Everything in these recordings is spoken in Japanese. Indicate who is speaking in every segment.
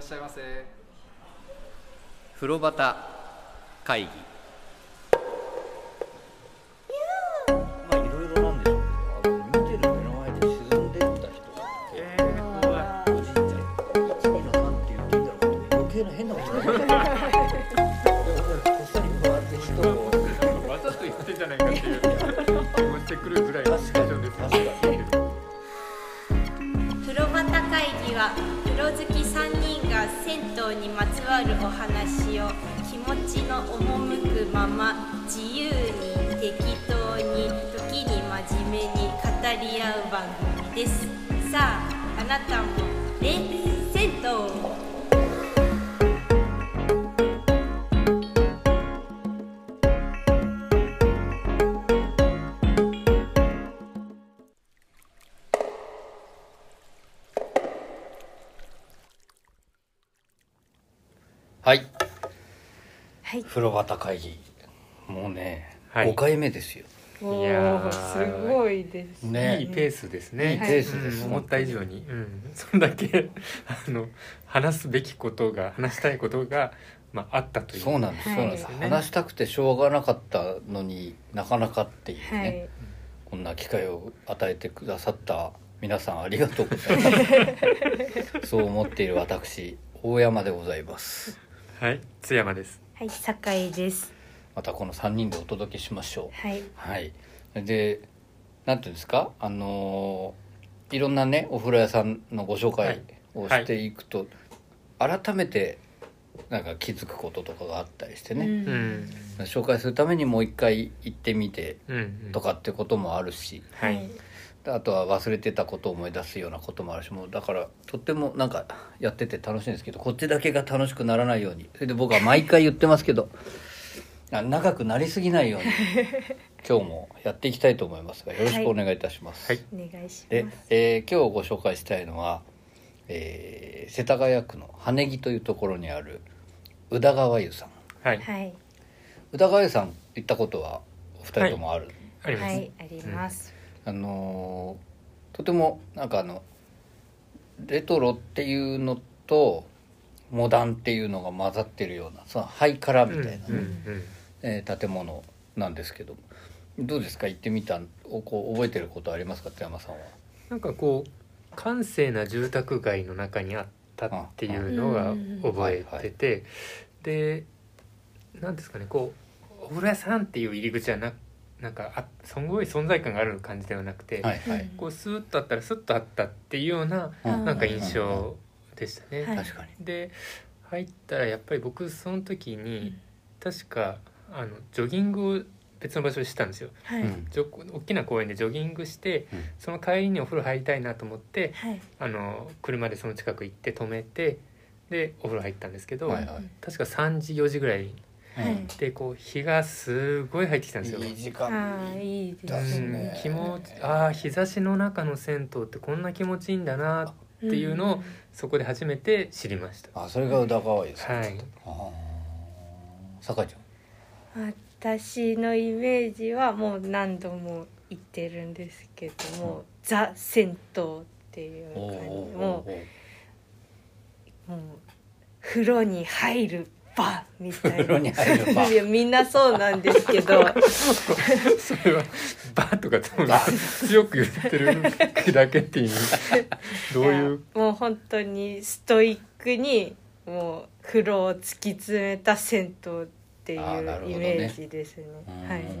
Speaker 1: しゃいませ
Speaker 2: 風呂端会議
Speaker 3: まあいろいろなんでしょうけどあの見てる目の前で沈んでった人
Speaker 1: えー、怖い
Speaker 3: おじいちゃん1の3って言っていいんだろうかと余計な変なこと言ってないこっそり回って人を
Speaker 1: わざと言ってんじゃないかっていう気もしてくるぐらいの
Speaker 3: 確かに
Speaker 1: です
Speaker 3: 確かに
Speaker 4: 風呂端会議は風呂好き3人が銭湯にまつわるお話を気持ちの赴くまま自由に適当に時に真面目に語り合う番組ですさああなたもレー銭湯を
Speaker 3: はい
Speaker 5: はい
Speaker 3: 風呂旗会議もうね、
Speaker 2: はい
Speaker 3: 5回目ですよ
Speaker 5: お
Speaker 2: いやー
Speaker 5: おすごいです
Speaker 3: ね
Speaker 2: いいペースですね、
Speaker 3: いいペースです、
Speaker 2: うん思った以上に、うん、そんだけあの話すべきことが話したいことが、まあ、あったという
Speaker 3: そうなんです、
Speaker 5: はい
Speaker 3: そうなんです、
Speaker 5: そう
Speaker 2: ですよね
Speaker 3: 話したくてしょうがなかったのになかなかっていうね、
Speaker 5: はい
Speaker 3: こんな機会を与えてくださった皆さんありがとうございます そう思っている私大山でございます
Speaker 2: はい津山です
Speaker 5: はい酒井です
Speaker 3: またこの3人でお届けしましょう
Speaker 5: はい
Speaker 3: はいでなんていうんですかあのーいろんなねお風呂屋さんのご紹介をしていくと、改めてなんか気づくこととかがあったりして
Speaker 5: う
Speaker 3: ね、
Speaker 2: うんん
Speaker 3: 紹介するためにもう一回行ってみて
Speaker 2: うん、うん、
Speaker 3: とかってこともあるし、
Speaker 2: はい、
Speaker 3: あとは忘れてたことを思い出すようなこともあるしもうだからとってもなんかやってて楽しいんですけどこっちだけが楽しくならないようにそれで僕は毎回言ってますけどあ長くなりすぎない ように今日もやっていきたいと思いますがよろしくお願いいたします。
Speaker 2: はい
Speaker 5: お願いし
Speaker 3: で
Speaker 5: ま、
Speaker 3: えー今日ご紹介したいのは、えー世田谷区の羽木というところにある宇田川湯さん
Speaker 2: はい
Speaker 5: すはい
Speaker 3: 宇田川湯さん行ったことはお二人ともある、
Speaker 2: あります、
Speaker 5: はいあります
Speaker 3: あのーとてもなんかあのレトロっていうのとモダンっていうのが混ざってるようなそのハイカラみたいな、
Speaker 2: うんうん
Speaker 3: えー建物なんですけどどうですか行ってみたおこう覚えてることありますか津山さんは。
Speaker 2: なんかこう閑静な住宅街の中にあったっていうのが覚えてて、でなんですかねこうお風呂屋さんっていう入り口はななんかあすごい存在感がある感じではなくて、
Speaker 3: はいはい
Speaker 2: こうスーッとあったらスッとあったっていうような
Speaker 3: うん
Speaker 2: なんか印象でしたね。
Speaker 5: うんはい
Speaker 3: 確かに
Speaker 2: で入ったらやっぱり僕その時
Speaker 5: う
Speaker 2: に
Speaker 5: ん
Speaker 2: 確かあのジョギングを別の場所でしたんですよ。
Speaker 5: はい
Speaker 3: うん
Speaker 2: ジョ大きな公園でジョギングして
Speaker 3: うん
Speaker 2: その帰りにお風呂入りたいなと思って
Speaker 5: はい
Speaker 2: あの車でその近く行って止めてでお風呂入ったんですけど、
Speaker 3: はいはい
Speaker 2: 確か3時4時ぐらい
Speaker 5: はい
Speaker 3: うん
Speaker 2: でこう日がすごい入ってきたんですよ。
Speaker 3: いい時
Speaker 5: あ
Speaker 3: 間
Speaker 5: あいいで
Speaker 3: だ
Speaker 5: す
Speaker 3: し
Speaker 2: うん
Speaker 3: ね
Speaker 2: 気持ちああ日差しの中の銭湯ってこんな気持ちいいんだな
Speaker 5: て
Speaker 2: っていうのをそこで初めて知りました。
Speaker 3: あそれが宇田川湯さん、
Speaker 2: はい、
Speaker 3: あー酒井ちゃん
Speaker 5: 私のイメージはもう何度も言ってるんですけどもザ銭湯っていう感じも
Speaker 3: おーおーおー
Speaker 5: うもう風呂に入る場みたいな
Speaker 3: 風呂に入る場
Speaker 5: いやみんなそうなんです けど
Speaker 2: それ は「バ」とか多分強く言ってるだけっていう どういう
Speaker 5: やもう本当にストイックにもう風呂を突き詰めた銭湯ってい
Speaker 3: あーなるほ
Speaker 5: う
Speaker 3: どね
Speaker 5: イメージですね
Speaker 3: うんうんうん
Speaker 5: は
Speaker 3: うん
Speaker 5: い
Speaker 3: うん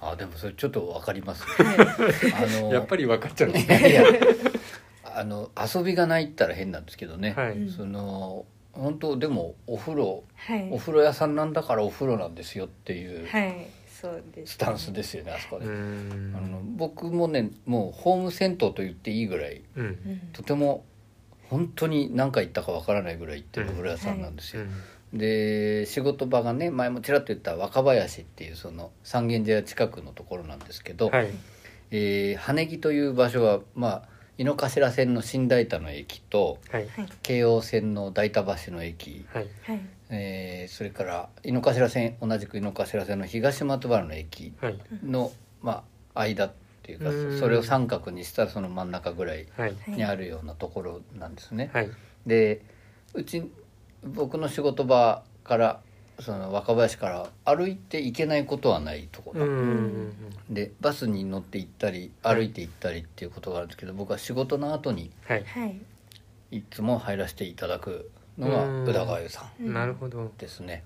Speaker 3: あでもそれちょっとわかります、
Speaker 5: は
Speaker 3: あの
Speaker 2: やっぱり分かっちゃうんです
Speaker 3: い
Speaker 2: ね。
Speaker 3: やいや あの遊びがないったら変なんですけどね、
Speaker 2: はい、
Speaker 3: その本当でもお風呂
Speaker 5: い
Speaker 3: お風呂屋さんなんだからお風呂なんですよっていう
Speaker 5: はい、はい、そうです、
Speaker 3: スタンスですよねあそこで、
Speaker 2: う
Speaker 3: あの
Speaker 2: ん
Speaker 3: 僕もねもうホーム銭湯と言っていいぐらい
Speaker 2: うん
Speaker 5: うん、
Speaker 3: とても本当に何回行ったかわからないぐらい行ってるお風呂屋さんなんですよ、で仕事場がね前もちらっと言った若林っていうその三軒茶屋近くのところなんですけど、
Speaker 2: はい
Speaker 3: えー羽木という場所は、まあ、井の頭線の新大田の駅と
Speaker 2: はい
Speaker 5: はい
Speaker 3: 京王線の大田橋の駅、
Speaker 2: はい
Speaker 5: はい
Speaker 3: えーそれから井の頭線同じく井の頭線の東松原の駅
Speaker 2: はい
Speaker 3: の、まあ、間っていうか
Speaker 2: うん
Speaker 3: それを三角にしたらその真ん中ぐらい
Speaker 2: はい
Speaker 3: にあるようなところなんですね。
Speaker 2: はい
Speaker 3: でうち僕の仕事場からその若林から歩いて行けないことはないとこ
Speaker 2: うん
Speaker 3: ろ、
Speaker 2: うんうん
Speaker 3: でバスに乗って行ったり
Speaker 2: はい
Speaker 3: 歩いて行ったりっていうことがあるんですけど、僕は仕事の後に
Speaker 2: はい、
Speaker 5: はい、
Speaker 3: いつも入らせていただくのが
Speaker 2: うん
Speaker 3: 宇田川優さん
Speaker 5: うん
Speaker 2: なるほど
Speaker 3: ですね。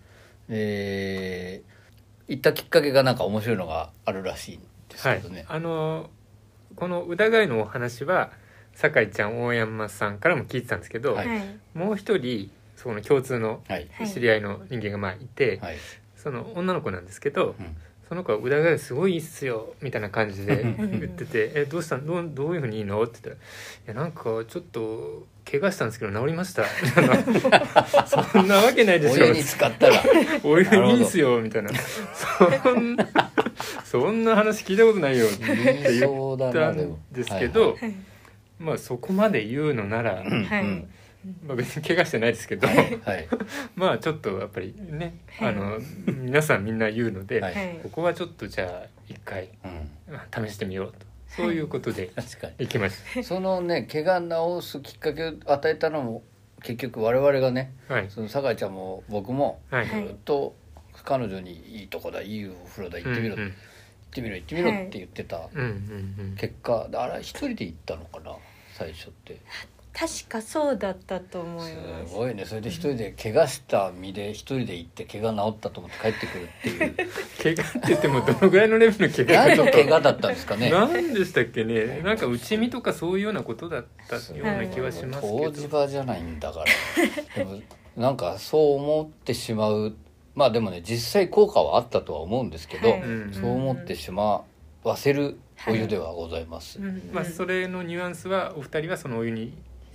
Speaker 3: えー行ったきっかけがなんか面白いのがあるらしいんです
Speaker 2: は
Speaker 3: け
Speaker 2: い
Speaker 3: どね。
Speaker 2: あのこの「疑い」のお話は酒井ちゃん大山さんからも聞いてたんですけど、
Speaker 3: はい
Speaker 5: はい
Speaker 2: もう一人その共通の
Speaker 3: はい
Speaker 5: はい
Speaker 2: 知り合いの人間がまあいて、
Speaker 3: はい、
Speaker 2: その女の子なんですけど、
Speaker 3: うん
Speaker 2: その子は「裏がすごいいいっすよ」みたいな感 じで
Speaker 5: うん
Speaker 2: 言ってて「えどうしたんどうどういうふうにいいの?」って言ったら「いやなんかちょっと怪我したんですけど治りました」あのそんな わけない で
Speaker 3: お
Speaker 2: しょ
Speaker 3: 湯に浸かったら
Speaker 2: お湯いいんすよ」みたいな「そんな そんな話聞いたことないよ」って
Speaker 3: 言い
Speaker 2: 言っ
Speaker 3: そうだ
Speaker 2: た
Speaker 3: なでも
Speaker 2: んですけど、
Speaker 5: はい
Speaker 2: まあそこまで言うのなら、
Speaker 3: うん
Speaker 5: はい
Speaker 3: うん
Speaker 2: まあ、別に怪我してないですけ ど
Speaker 3: はいはいはい
Speaker 2: まあちょっとやっぱりね、
Speaker 5: はい
Speaker 2: あの皆さんみんな言うので、
Speaker 3: はい
Speaker 5: はい
Speaker 2: ここはちょっとじゃあ一回
Speaker 3: うん
Speaker 2: まあ試してみようとそういうことで
Speaker 3: 確かに。
Speaker 2: 行きまし
Speaker 3: そのね怪我治すきっかけを与えたのも結局我々がね
Speaker 2: た。はい
Speaker 3: その酒井ちゃんも僕も
Speaker 2: はい
Speaker 3: ずっと彼女に「いいとこだいいお風呂だ行ってみろ」
Speaker 2: うんうん
Speaker 3: 行ってみろ行ってみろ」って言ってた
Speaker 2: うんうん
Speaker 3: 結果あれ一人で行ったのかな最初って
Speaker 5: 確かそうだったと思いますす
Speaker 3: ごいねそれで一人で怪我した身で一人で行って怪我治ったと思って帰ってくるっていう
Speaker 2: 怪我って言ってもどのぐらいのレベルの怪
Speaker 3: 何
Speaker 2: 我
Speaker 3: の
Speaker 2: か
Speaker 3: 怪我だったんですかね
Speaker 2: 何でしたっけねなんか内身とかそういうようなことだったような気はします
Speaker 3: 湯
Speaker 2: け
Speaker 3: 治
Speaker 2: ど
Speaker 3: 場じゃないんだからでもなんかそう思ってしまうまあでもね実際効果はあったとは思うんですけど、
Speaker 5: はい
Speaker 2: うん
Speaker 3: そう思ってしまわせるお湯ではございます、
Speaker 5: うん
Speaker 2: まあそれのニュアンスはお二人はそのお湯に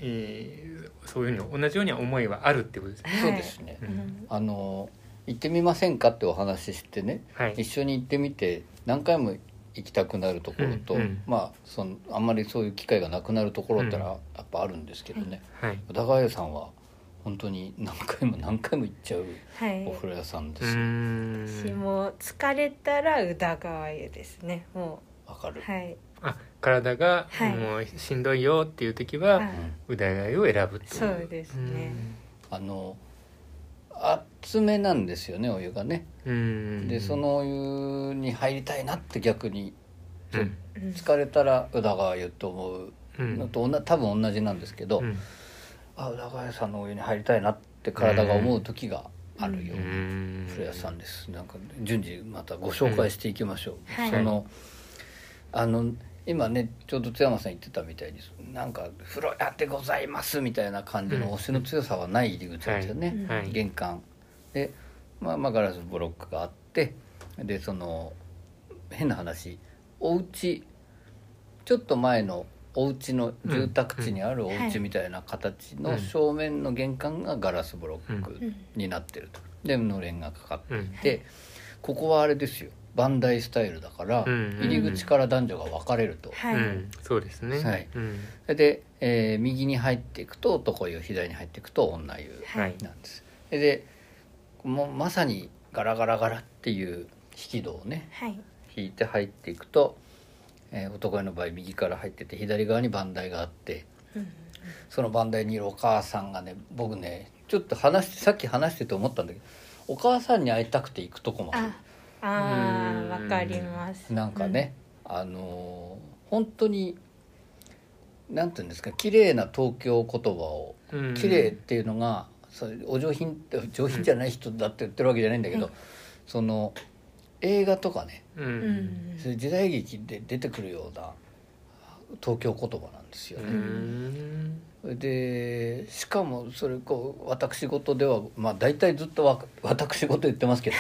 Speaker 2: えーそういうふうに同じように思いはあるってことですね。
Speaker 3: そうですね、
Speaker 2: う
Speaker 5: うんん
Speaker 3: あの行ってみませんかってお話ししてね
Speaker 2: はい
Speaker 3: 一緒に行ってみて何回も行きたくなるところと、
Speaker 2: うんうん
Speaker 3: まあそのあんまりそういう機会がなくなるところってのは
Speaker 2: う
Speaker 3: やっぱあるんですけどね、
Speaker 2: はい
Speaker 3: 宇田川屋さんは本当に何回も何回も行っちゃう
Speaker 5: はい
Speaker 3: お風呂屋さんで
Speaker 2: う
Speaker 3: す、
Speaker 2: ーん
Speaker 5: 私も疲れたら宇田川湯ですねも
Speaker 3: わか
Speaker 5: う
Speaker 3: る、
Speaker 5: はい
Speaker 2: あ体が
Speaker 5: はい
Speaker 2: もうしんどいよっていう時は、
Speaker 5: は
Speaker 3: うん
Speaker 5: い
Speaker 2: うだいがいを選ぶっていう
Speaker 5: そうですね
Speaker 3: あの熱めなんですよねお湯がね、
Speaker 2: うんうん
Speaker 3: でそのお湯に入りたいなって逆に
Speaker 2: うん
Speaker 5: うん
Speaker 3: 疲れたら宇田川湯と思
Speaker 2: う
Speaker 3: うの
Speaker 2: ん
Speaker 3: とおな多分同じなんですけど、
Speaker 2: うん
Speaker 3: あ宇田川屋さんのお湯に入りたいなって体が思う時があるよ、
Speaker 2: う
Speaker 3: うん古谷さんですなんか順次またご紹介していきましょう、
Speaker 5: はい
Speaker 3: そのあの今ねちょうど津山さん言ってたみたいになんか「風呂屋でございます」みたいな感じの
Speaker 2: うん
Speaker 3: 押しの強さはない入り口なんですよね、
Speaker 5: うん
Speaker 2: はい
Speaker 3: 玄関で、まあ、まあガラスブロックがあってでその変な話お家ちょっと前のお家の住宅地にあるお
Speaker 5: うんは
Speaker 3: 家
Speaker 5: い
Speaker 3: みたいな形
Speaker 2: う
Speaker 3: の
Speaker 2: ん
Speaker 3: 正面の玄関がガラスブロック
Speaker 5: うん
Speaker 3: になってるとでのれんがかかって
Speaker 2: うん
Speaker 3: でここはあれですよバンダイスタイルだから
Speaker 2: うん
Speaker 3: 入り口から男女が分かれると、
Speaker 5: はい、
Speaker 2: うんそうですね
Speaker 3: はい
Speaker 2: うん
Speaker 3: で、えー右に入っていくと男湯左に入っていくと女湯
Speaker 2: はい
Speaker 3: なんですでもうまさにガラガラガラっていう引き戸をね
Speaker 5: はい
Speaker 3: 引いて入っていくと、えー男湯の場合右から入ってて左側に番台があって
Speaker 5: うん
Speaker 3: その番台にいるお母さんがね僕ねちょっと話してさっき話してて思ったんだけどお母さんに会いたくて行くとこもある
Speaker 5: ああ
Speaker 2: うん
Speaker 5: ーわかります
Speaker 3: なんかね、あのー本当になんていうんですか綺麗な東京言葉を
Speaker 2: うん
Speaker 3: 綺麗っていうのが、それお上品って上品じゃない人だって言ってるわけじゃないんだけど、
Speaker 5: うん
Speaker 3: その映画とかね
Speaker 2: う
Speaker 5: うんん
Speaker 3: そういう時代劇で出てくるような東京言葉なんですよ
Speaker 2: う
Speaker 3: ね。
Speaker 2: ん
Speaker 3: でしかもそれこう私事ではまあ大体ずっとわ私事言ってますけど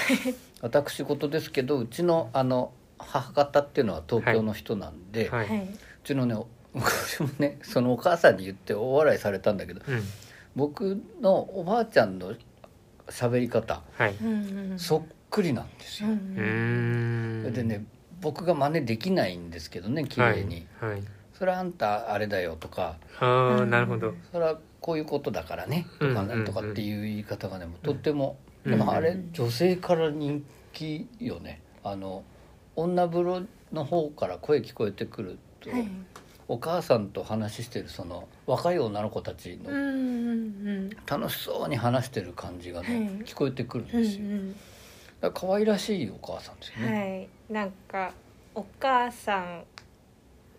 Speaker 3: 私事ですけどうちのあの母方っていうのは東京の人なんで、
Speaker 2: は
Speaker 5: はいい、
Speaker 3: うちのね昔もねそのお母さんに言って大笑いされたんだけど
Speaker 2: うん
Speaker 3: 僕のおばあちゃんの喋り方
Speaker 2: はい
Speaker 5: うんうん、
Speaker 3: そっくりなんです
Speaker 5: う
Speaker 3: よ。
Speaker 5: ん
Speaker 2: う
Speaker 5: うん
Speaker 2: ん
Speaker 3: でね僕が真似できないんですけどね綺麗に、
Speaker 2: はいはい
Speaker 3: それはあんたあれだよ」とか
Speaker 2: ああなるほど
Speaker 3: それはこういうことだからね
Speaker 2: うん
Speaker 3: とか
Speaker 2: う
Speaker 3: なん
Speaker 2: ん
Speaker 3: とかっていう言い方がねもうとっても、
Speaker 2: うん
Speaker 3: でもあ
Speaker 2: う
Speaker 3: れ
Speaker 5: ん
Speaker 3: 女性から人気よねあの女風呂の方から声聞こえてくると、
Speaker 5: はい
Speaker 3: お母さんと話してるその若い女の子たち
Speaker 5: うんう
Speaker 3: の
Speaker 5: んうん
Speaker 3: 楽しそうに話してる感じがね、
Speaker 5: はい
Speaker 3: 聞こえてくるん
Speaker 5: うんう
Speaker 3: ですよ、
Speaker 5: ん
Speaker 3: だから可愛らしいお母さんですよね、
Speaker 5: はいなんかお母さん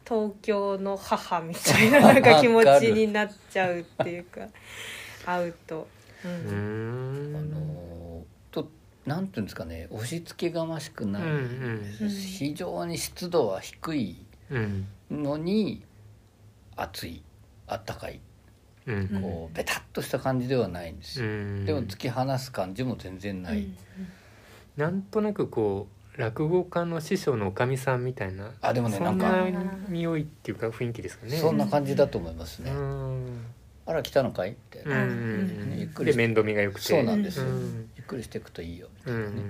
Speaker 5: 東京の母みたいななんか気持ちになっちゃうっていうか 会うと、う
Speaker 2: うんん
Speaker 3: あのーとなんていうんですかね押し付けがましく
Speaker 2: う
Speaker 3: ない、
Speaker 2: ん
Speaker 5: うん
Speaker 3: 非常に湿度は低い
Speaker 2: うんうん
Speaker 3: のに熱いあったかい
Speaker 2: うん
Speaker 3: こうベタっとした感じではないんです
Speaker 2: う
Speaker 3: よ、
Speaker 2: ん
Speaker 3: でも突き放す感じも全然ない、
Speaker 2: なんとなくこう落語家の師匠のおかみさんみたいな
Speaker 3: あでもね
Speaker 2: そん
Speaker 3: な
Speaker 2: なん
Speaker 5: か
Speaker 2: 匂いっていうか雰囲気ですかね
Speaker 3: そんな感じだと思います
Speaker 2: う
Speaker 3: ね、
Speaker 2: ん
Speaker 3: あら来たのかいみたい
Speaker 2: うんう
Speaker 3: な、
Speaker 2: ん
Speaker 3: うんゆっ
Speaker 2: う
Speaker 3: くり
Speaker 2: んで
Speaker 3: して
Speaker 2: 面倒見が良くて
Speaker 3: そうなんですよ、
Speaker 2: うん
Speaker 3: ゆっくりしていくといいよみた
Speaker 2: う
Speaker 3: い
Speaker 2: ん
Speaker 3: なね、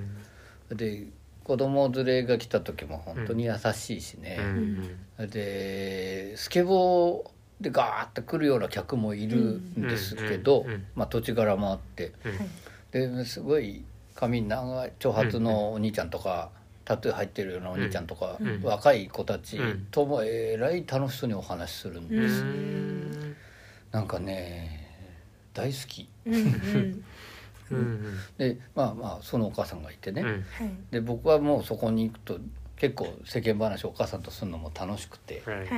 Speaker 3: で子供連れが来た時も本当に優しいしね
Speaker 2: うんう、ん
Speaker 3: でスケボーでガーッと来るような客もいるんですけど、
Speaker 2: うんうんうん
Speaker 3: まあ、土地柄もあってですごい髪長い長髪のお兄ちゃんとか、タトゥー入ってるようなお兄ちゃんとか、
Speaker 2: うん
Speaker 3: 若い子たち
Speaker 2: うん
Speaker 3: ともえらい楽しそうにお話しするんで、
Speaker 2: う
Speaker 5: うん
Speaker 2: ん
Speaker 3: なんかね大好き
Speaker 5: うんう
Speaker 2: う
Speaker 5: ん
Speaker 2: んうん
Speaker 3: でまあまあそのお母さんがいてね、
Speaker 2: うん
Speaker 5: はい
Speaker 3: で僕はもうそこに行くと結構世間話をお母さんとするのも楽しくて
Speaker 2: は
Speaker 5: はいい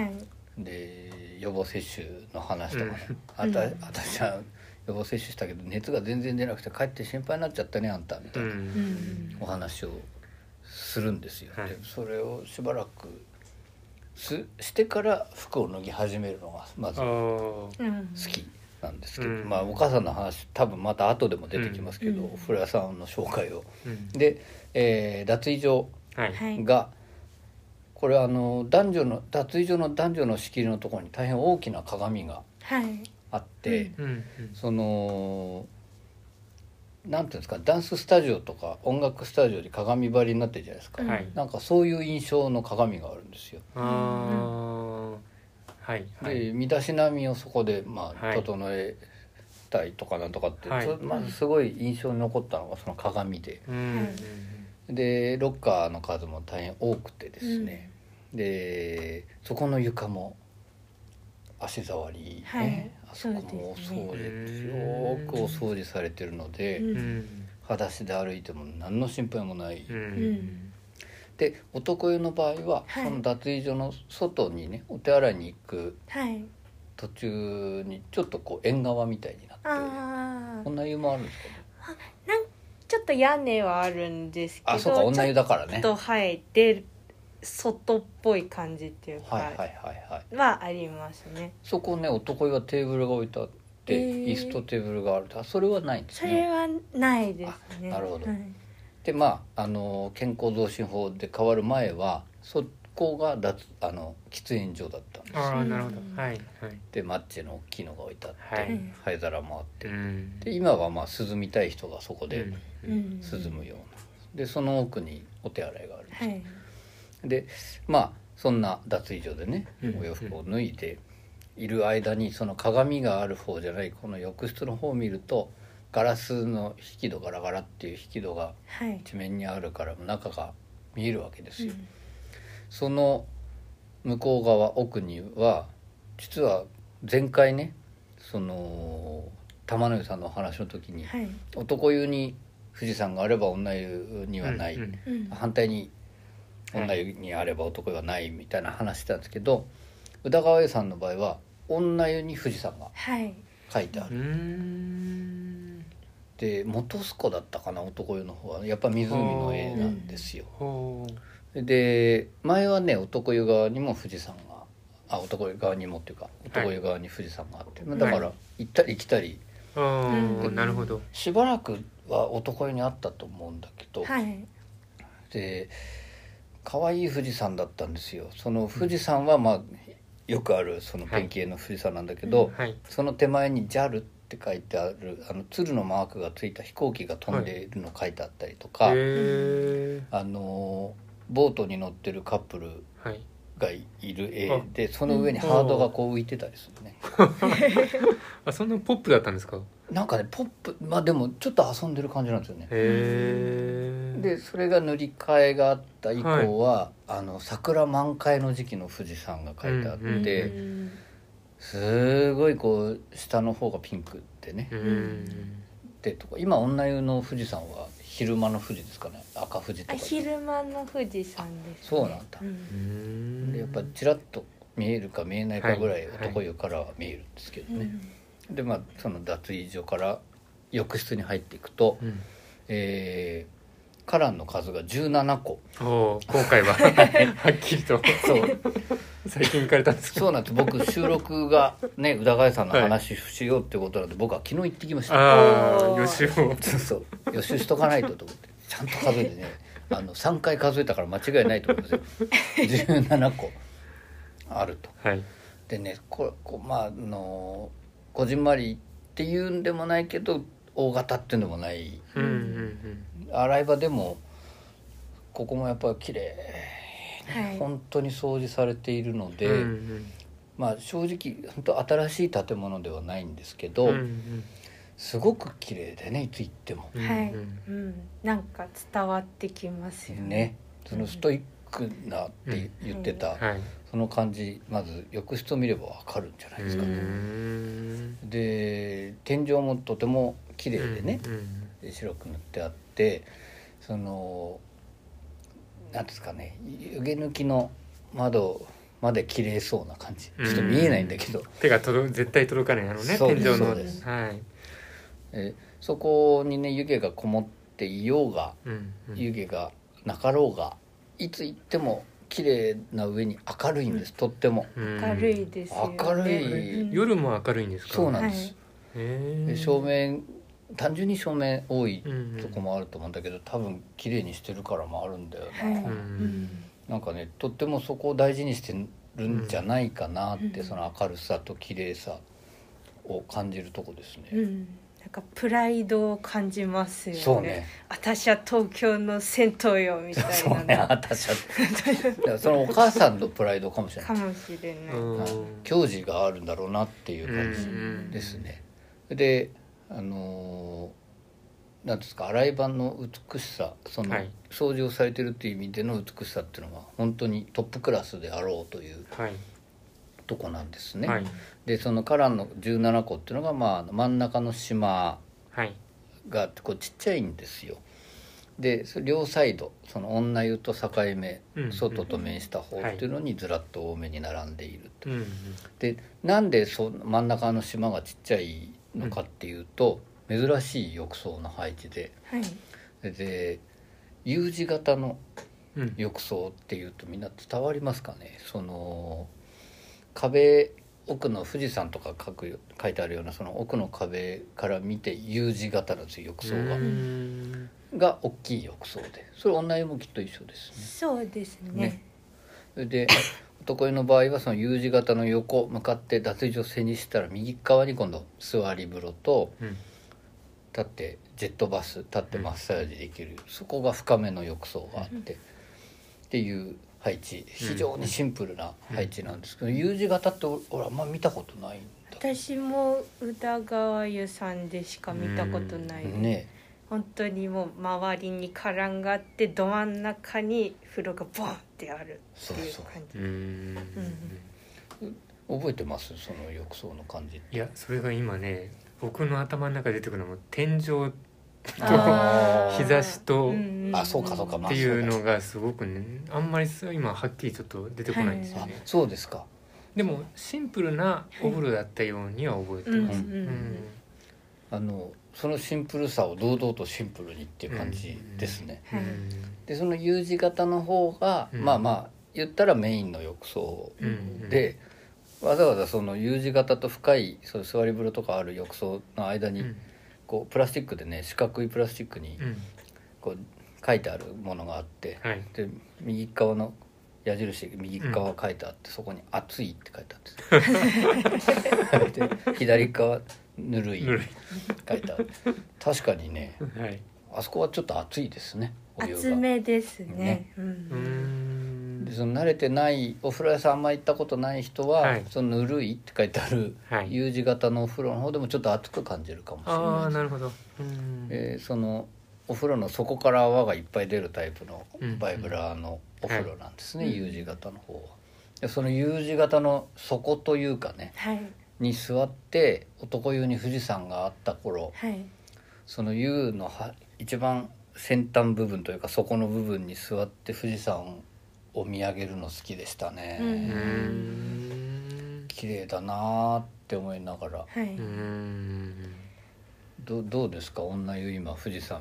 Speaker 3: で予防接種の話とかね、
Speaker 5: うん
Speaker 3: あ
Speaker 5: うん
Speaker 3: た私は予防接種したけど熱が全然出なくて帰って心配になっちゃったねあんたみた
Speaker 2: う
Speaker 3: いな、
Speaker 5: うんん
Speaker 3: お話をするんですよ、
Speaker 2: はい
Speaker 3: でそれをしばらくすしてから服を脱ぎ始めるのがまず
Speaker 2: あ
Speaker 3: 好
Speaker 2: ー
Speaker 5: うん
Speaker 3: きなんですけど、
Speaker 2: うん
Speaker 3: まあお母さんの話多分また後でも出てきますけど、
Speaker 5: うん
Speaker 3: お風呂屋さんの紹介を。
Speaker 2: うん
Speaker 3: で、えー脱衣所
Speaker 2: はい
Speaker 5: はい
Speaker 3: が、これはあの男女の脱衣所の男女の仕切りのところに大変大きな鏡が
Speaker 5: はい
Speaker 3: あって、
Speaker 5: うん
Speaker 2: うん
Speaker 3: そのなんていうんですかダンススタジオとか音楽スタジオで鏡張りになってるじゃないですか、
Speaker 5: うん
Speaker 2: はい
Speaker 3: なんかそういう印象の鏡があるんですよ。
Speaker 2: あーはいは
Speaker 3: で
Speaker 2: い
Speaker 3: 身だしなみをそこで、まあ
Speaker 2: はい
Speaker 3: 整えたいとかなんとかって、
Speaker 2: はい
Speaker 3: それまずすごい印象に残ったのがその鏡で
Speaker 2: うんうん
Speaker 3: でロッカーの数も大変多くてですね、でそこの床も足触り、ね
Speaker 5: はい
Speaker 3: あそこもお掃除
Speaker 5: そ
Speaker 2: うですね
Speaker 3: よくお掃除されてるので。
Speaker 5: うん
Speaker 2: うん
Speaker 3: 裸足で歩いても何の心配もない、
Speaker 2: うん
Speaker 5: ん
Speaker 3: で男湯の場合は、
Speaker 5: はい
Speaker 3: その脱衣所の外にねお手洗いに行く
Speaker 5: はい
Speaker 3: 途中にちょっとこう縁側みたいになって
Speaker 5: あ
Speaker 3: こ
Speaker 5: あ
Speaker 3: んな湯もあるんですかね
Speaker 5: ちょっと屋根はあるんですけど
Speaker 3: あそうか女湯だから
Speaker 5: ちょ
Speaker 3: ね
Speaker 5: っとはいで外っぽい感じっていうか
Speaker 3: はいはいはいはい
Speaker 5: はありますね
Speaker 3: そこね男湯はテーブルが置いてあって、
Speaker 5: へー
Speaker 3: 椅子とテーブルがあるあそれはないんです
Speaker 5: それ
Speaker 3: ね
Speaker 5: はないですね
Speaker 3: あなるほど
Speaker 5: はい
Speaker 3: でまああの健康増進法で変わる前はそこが脱あの喫煙所だったんです
Speaker 2: ああなるほどはいはい
Speaker 3: でマッチの大きいのが置いてあって、
Speaker 2: はい
Speaker 3: 灰皿もあって
Speaker 2: うん
Speaker 3: で今はまあ涼みたい人がそこで
Speaker 2: う
Speaker 5: うんん
Speaker 3: 涼むような、でその奥にお手洗いがあるんです、
Speaker 5: はい
Speaker 3: でまあそんな脱衣所でね
Speaker 2: うん
Speaker 3: お洋服を脱いでいる間にその鏡がある方じゃないこの浴室の方を見るとガラスの引き戸ガラガラっていう引き戸が
Speaker 5: はい
Speaker 3: 地面にあるから中が見えるわけです
Speaker 5: う
Speaker 3: よ、
Speaker 5: ん
Speaker 3: その向こう側奥には実は前回ねその玉乃井さんのお話の時に、
Speaker 5: はい
Speaker 3: 男湯に富士山があれば女湯にはない、
Speaker 2: うん
Speaker 5: うん
Speaker 3: 反対に女湯にあれば男湯はないみたいな話したんですけど、宇田川栄さんの場合は女湯に富士山が
Speaker 5: はい
Speaker 3: 書いてあ
Speaker 2: う
Speaker 3: る、
Speaker 2: ん
Speaker 3: で本栖湖だったかな男湯の方はやっぱ湖の絵なんですよ、
Speaker 2: ほう
Speaker 3: で前はね男湯側にも富士山があ男湯側にもっていうか男湯側に富士山があって、だから行ったり来たり
Speaker 2: ああ
Speaker 5: うん
Speaker 2: なるほど
Speaker 3: しばらくは男湯にあったと思うんだけど、
Speaker 5: はい
Speaker 3: で可愛い富士山だったんですよその富士山はまあよくあるそのペンキ絵の富士山なんだけど、
Speaker 2: はい
Speaker 3: その手前に JAL って書いてあるあの鶴のマークがついた飛行機が飛んでいるの書いてあったりとか、
Speaker 2: へえ
Speaker 3: あのボートに乗ってるカップル
Speaker 2: はい
Speaker 3: がいる絵でその上にハードがこう浮いてたりするね、
Speaker 2: あそんなポップだったんですか
Speaker 3: なんかねポップまあでもちょっと遊んでる感じなんですよね
Speaker 2: へえ
Speaker 3: でそれが塗り替えがあった以降は、あの桜満開の時期の富士山が書いてあって、
Speaker 2: うん
Speaker 3: すごいこう下の方がピンクでね、
Speaker 2: うん
Speaker 3: でとか今女湯の富士山は昼間の富士ですかね赤富士と
Speaker 5: あ
Speaker 3: か
Speaker 5: 昼間の富士山です、
Speaker 3: そうなんだ
Speaker 5: う、ん
Speaker 2: うん
Speaker 3: でやっぱちらっと見えるか見えないかぐらい
Speaker 2: はい
Speaker 3: 男湯からは見えるんですけど
Speaker 5: う
Speaker 3: ね、
Speaker 5: ん
Speaker 3: でまあその脱衣所から浴室に入っていくと、
Speaker 2: うん
Speaker 3: えーカランの数が17個
Speaker 2: おー後 悔ははっきりと
Speaker 3: そう
Speaker 2: 最近行かれ たんですけど
Speaker 3: そうなんです僕収録がね宇田川さんの話しようってことなんで僕は昨日行ってきました
Speaker 2: ああ
Speaker 5: おー
Speaker 2: 予習を
Speaker 3: そうそう予習しとかないとと思ってちゃんと数えてね あの3回数えたから間違いないと思うんですよ17個あると
Speaker 2: はい
Speaker 3: でねこれこうまああのこじんまりっていうんでもないけど大型っていうんでもない
Speaker 2: うんうん
Speaker 3: 洗い場でもここもやっぱり綺麗
Speaker 5: はい
Speaker 3: 本当に掃除されているの
Speaker 2: うん
Speaker 3: で、
Speaker 2: うん
Speaker 3: まあ正直本当新しい建物ではないんですけど、
Speaker 2: うんうん
Speaker 3: すごく綺麗でねいつ行っても。
Speaker 2: うん
Speaker 5: はい
Speaker 2: うん
Speaker 5: うん、なんか伝わってきますよね
Speaker 3: ねそのストイックなって言ってた、
Speaker 2: はい
Speaker 3: その感じまず浴室を見ればわかるんじゃないですか
Speaker 2: う
Speaker 3: ね、
Speaker 2: ん
Speaker 3: で天井もとても綺麗でね
Speaker 2: う、ん
Speaker 3: で白く塗ってあってそのなんですかね湯気抜きの窓まで綺麗そうな感じちょっと見えないんだけど、
Speaker 2: 手が届絶対届かないあのね
Speaker 3: そうで
Speaker 2: 天
Speaker 3: す
Speaker 2: 井の
Speaker 3: そうです
Speaker 2: はい
Speaker 3: えそこにね湯気がこもっていようが
Speaker 2: うんうん
Speaker 3: 湯気がなかろうがいつ行っても綺麗な上に明るいんです、とっても。
Speaker 2: うん
Speaker 5: 明るいですよ、ね、
Speaker 3: 明る
Speaker 2: え
Speaker 3: い
Speaker 2: 夜も明るいんですか
Speaker 3: そうなんです、
Speaker 2: へ
Speaker 3: で
Speaker 2: え
Speaker 3: 照明単純に照明多い
Speaker 2: うん
Speaker 3: とこもあると思うんだけど多分綺麗にしてるからもあるんだよな、
Speaker 5: はい
Speaker 2: うん
Speaker 3: なんかねとってもそこを大事にしてるんじゃないかなって、
Speaker 5: うん
Speaker 3: その明るさと綺麗さを感じるとこです
Speaker 5: う
Speaker 3: ね、
Speaker 5: ん、なんかプライドを感じますよね
Speaker 3: そうね
Speaker 5: 私は東京の銭湯よみた
Speaker 3: そ
Speaker 5: いうな
Speaker 3: ね
Speaker 5: の
Speaker 3: 私はだからそのお母さんのプライドかもしれな
Speaker 5: か
Speaker 3: い
Speaker 5: もしれない、
Speaker 2: うん
Speaker 3: 矜持があるんだろうなっていう感じ、
Speaker 2: うん
Speaker 3: ですね。であのーなんですか洗い場の美しさその、
Speaker 2: はい
Speaker 3: 掃除をされてるっていう意味での美しさっていうのは本当にトップクラスであろうという
Speaker 2: はい
Speaker 3: とこなんですね。
Speaker 2: はい
Speaker 3: でそのカランの17個っていうのが、まあ、真ん中の島
Speaker 2: はい
Speaker 3: があってこうちっちゃいんですよ。でそ両サイドその女湯と境目、
Speaker 2: うん
Speaker 3: 外と面した方っていうのにずらっと多めに並んでいる
Speaker 2: うんうん
Speaker 3: でなんでそ真ん中の島がちっちゃいのかっていうと、珍しい浴槽の配置で
Speaker 5: はい
Speaker 3: で U 字型の
Speaker 2: うん
Speaker 3: 浴槽っていうとみんな伝わりますかねその壁奥の富士山とか書くよ書いてあるようなその奥の壁から見て U 字型なんですよ浴槽が、
Speaker 2: うん
Speaker 3: が大きい浴槽でそれ女湯もきっと一緒ですね
Speaker 5: そうですね
Speaker 3: ねそれで男湯の場合はその U 字型の横向かって脱衣所を背にしたら右側に今度座り風呂と
Speaker 2: うん
Speaker 3: 立ってジェットバス立ってマッサージできる、そこが深めの浴槽があって、っていう配置非常にシンプルな配置なんですけど、U 字型って俺俺あんま見たことないんだ
Speaker 5: 私も宇田川湯さんでしか見たことない、
Speaker 3: ね
Speaker 5: 本当にもう周りにカランがあってど真ん中に風呂がボンってあるっていう
Speaker 3: そうそう
Speaker 5: 感じ
Speaker 2: うん
Speaker 3: 覚えてますその浴槽の感じ
Speaker 2: いやそれが今ね僕の頭の中で出てくるのも天井
Speaker 5: あー
Speaker 2: 日差しと
Speaker 5: うんんん
Speaker 3: あそうかそうかま
Speaker 2: っていうのがすごくねあんまりそう今はっきりちょっと出てこないんですよ
Speaker 3: あ
Speaker 2: ね
Speaker 3: そうですか
Speaker 2: でもシンプルなお風呂だったようには覚えてます
Speaker 5: うんうんうん
Speaker 3: あのそのシンプルさを堂々とシンプルにっていう感じですね、
Speaker 5: はい
Speaker 3: でその U 字型の方が、
Speaker 2: うん
Speaker 3: まあまあ言ったらメインの浴槽
Speaker 2: うんうん
Speaker 3: で、わざわざその U 字型と深いそういう座り風呂とかある浴槽の間
Speaker 2: う
Speaker 3: に、
Speaker 2: ん
Speaker 3: こうプラスチックでね四角いプラスチックに
Speaker 2: うん
Speaker 3: こう書いてあるものがあって、
Speaker 2: はい
Speaker 3: で右側の矢印右側書いてあって、そこに「熱い」って書いてあって で左側「ぬるい」
Speaker 2: ぬる
Speaker 3: 書いてある確かにね
Speaker 2: いはい
Speaker 3: あそこはちょっと熱いですねお湯が
Speaker 5: 厚めですね
Speaker 3: ね
Speaker 5: うん
Speaker 2: うーん
Speaker 3: でその慣れてないお風呂屋さんあんま行ったことない人は、
Speaker 2: はい
Speaker 3: その「ぬるい」って書いてある
Speaker 2: はい
Speaker 3: U 字型のお風呂の方でもちょっと熱く感じるかもしれない
Speaker 2: ああなるほどうん
Speaker 3: えーそのお風呂の底から泡がいっぱい出るタイプの
Speaker 2: うん
Speaker 3: バイブラーのお風呂なんですね、
Speaker 5: はい
Speaker 3: U 字型の方は。でその U 字型の底というかね
Speaker 5: はい
Speaker 3: に座って男湯に富士山があった頃
Speaker 5: はい
Speaker 3: その U のは一番先端部分というか底の部分に座って富士山を見上げるの好きでしたね、
Speaker 5: うん
Speaker 2: うん
Speaker 3: 綺麗だなーって思いながら
Speaker 5: はいう
Speaker 2: ーん
Speaker 3: どどうですか女湯今富士山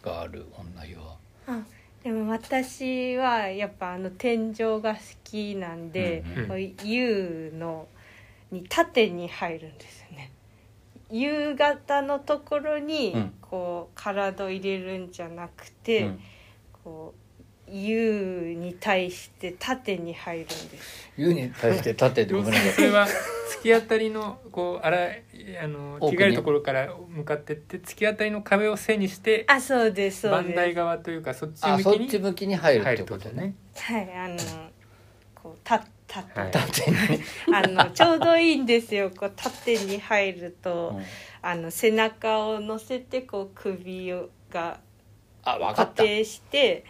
Speaker 3: がある女湯は。
Speaker 5: あでも私はやっぱあの天井が好きなんで、
Speaker 3: うん
Speaker 2: うん
Speaker 5: こう U のに縦に入るんですよね。夕方のところに
Speaker 3: うん
Speaker 5: こう体を入れるんじゃなくて、
Speaker 3: うん
Speaker 5: こう U に対して縦に入るんです。
Speaker 3: 湯に対して縦でご
Speaker 2: 要
Speaker 3: め
Speaker 2: す
Speaker 3: ん
Speaker 2: る
Speaker 3: な
Speaker 2: に
Speaker 3: さい
Speaker 2: それは突き当たりのこうあらあの
Speaker 3: 奥
Speaker 2: 着
Speaker 3: に
Speaker 2: 替えるところから向かってって突き当たりの壁を背にして
Speaker 5: あ、そうですそう
Speaker 2: 番台
Speaker 5: です。
Speaker 2: 側というかそっち
Speaker 3: あそ
Speaker 2: 向
Speaker 3: っ
Speaker 2: き
Speaker 3: ち
Speaker 2: に
Speaker 3: 向きに入るっ
Speaker 2: 入
Speaker 3: て
Speaker 2: る
Speaker 3: こ
Speaker 2: ことと
Speaker 3: ね
Speaker 2: ね。
Speaker 5: はい、あのこうた縦、
Speaker 2: はい
Speaker 3: 縦に、
Speaker 5: あのちょうどいいんですよ。こう縦に入ると。
Speaker 3: うん
Speaker 5: あの背中を乗せてこう首をが
Speaker 3: あ分か
Speaker 5: 固
Speaker 3: った。
Speaker 5: 定して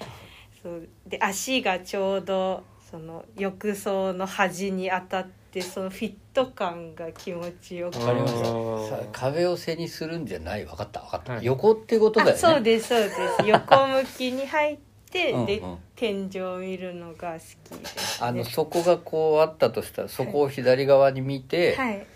Speaker 5: そうで足がちょうどその浴槽の端に当たってそのフィット感が気持ちよく
Speaker 2: わ
Speaker 3: 分かりまし
Speaker 2: あ
Speaker 3: た。
Speaker 2: ー
Speaker 3: さ壁を背にするんじゃない分かった分かった、
Speaker 2: はい
Speaker 3: 横ってことだよ
Speaker 5: あ
Speaker 3: ね。
Speaker 5: そうですそうです横向きに入って
Speaker 3: うんうん
Speaker 5: で天井を見るのが好きです、ね、
Speaker 3: あのそこがこうあったとしたらそこを左側に見て、
Speaker 5: はい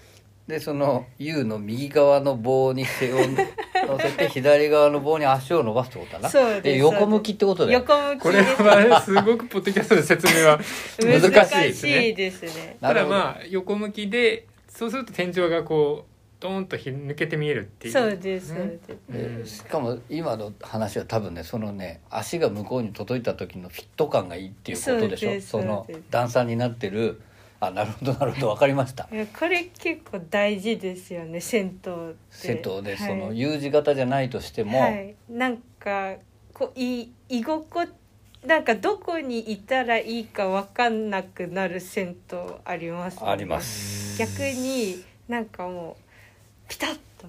Speaker 3: でその U の右側の棒に背を乗せ て左側の棒に足を伸ばすってことだな
Speaker 5: そうです
Speaker 3: 横向きってことだよ
Speaker 5: 横向き
Speaker 2: これはすごくポッドキャストの説明は
Speaker 5: で
Speaker 2: 難
Speaker 5: す
Speaker 2: しい
Speaker 5: 難
Speaker 2: ですね
Speaker 5: しいですね
Speaker 3: な
Speaker 2: た
Speaker 3: る
Speaker 2: だ
Speaker 3: ほど
Speaker 2: まあ横向きでそうすると天井がこうドーンとひ抜けて見えるっていう
Speaker 5: そうですそう
Speaker 2: ね
Speaker 3: で
Speaker 5: です、
Speaker 3: しかも今の話は多分ねそのね足が向こうに届いた時のフィット感がいいっていうことでし
Speaker 5: そう
Speaker 3: ょ
Speaker 5: です
Speaker 3: その
Speaker 5: そうです
Speaker 3: 段差になってるあなるほどなるほど分かりました
Speaker 5: いやこれ結構大事ですよね銭湯って
Speaker 3: 銭湯で
Speaker 5: はい
Speaker 3: その U 字型じゃないとしても、
Speaker 5: はい、なんかこうい居心なんかどこにいたらいいか分かんなくなる銭湯ありますね、
Speaker 3: あります
Speaker 5: 逆になんかもうピタッとピ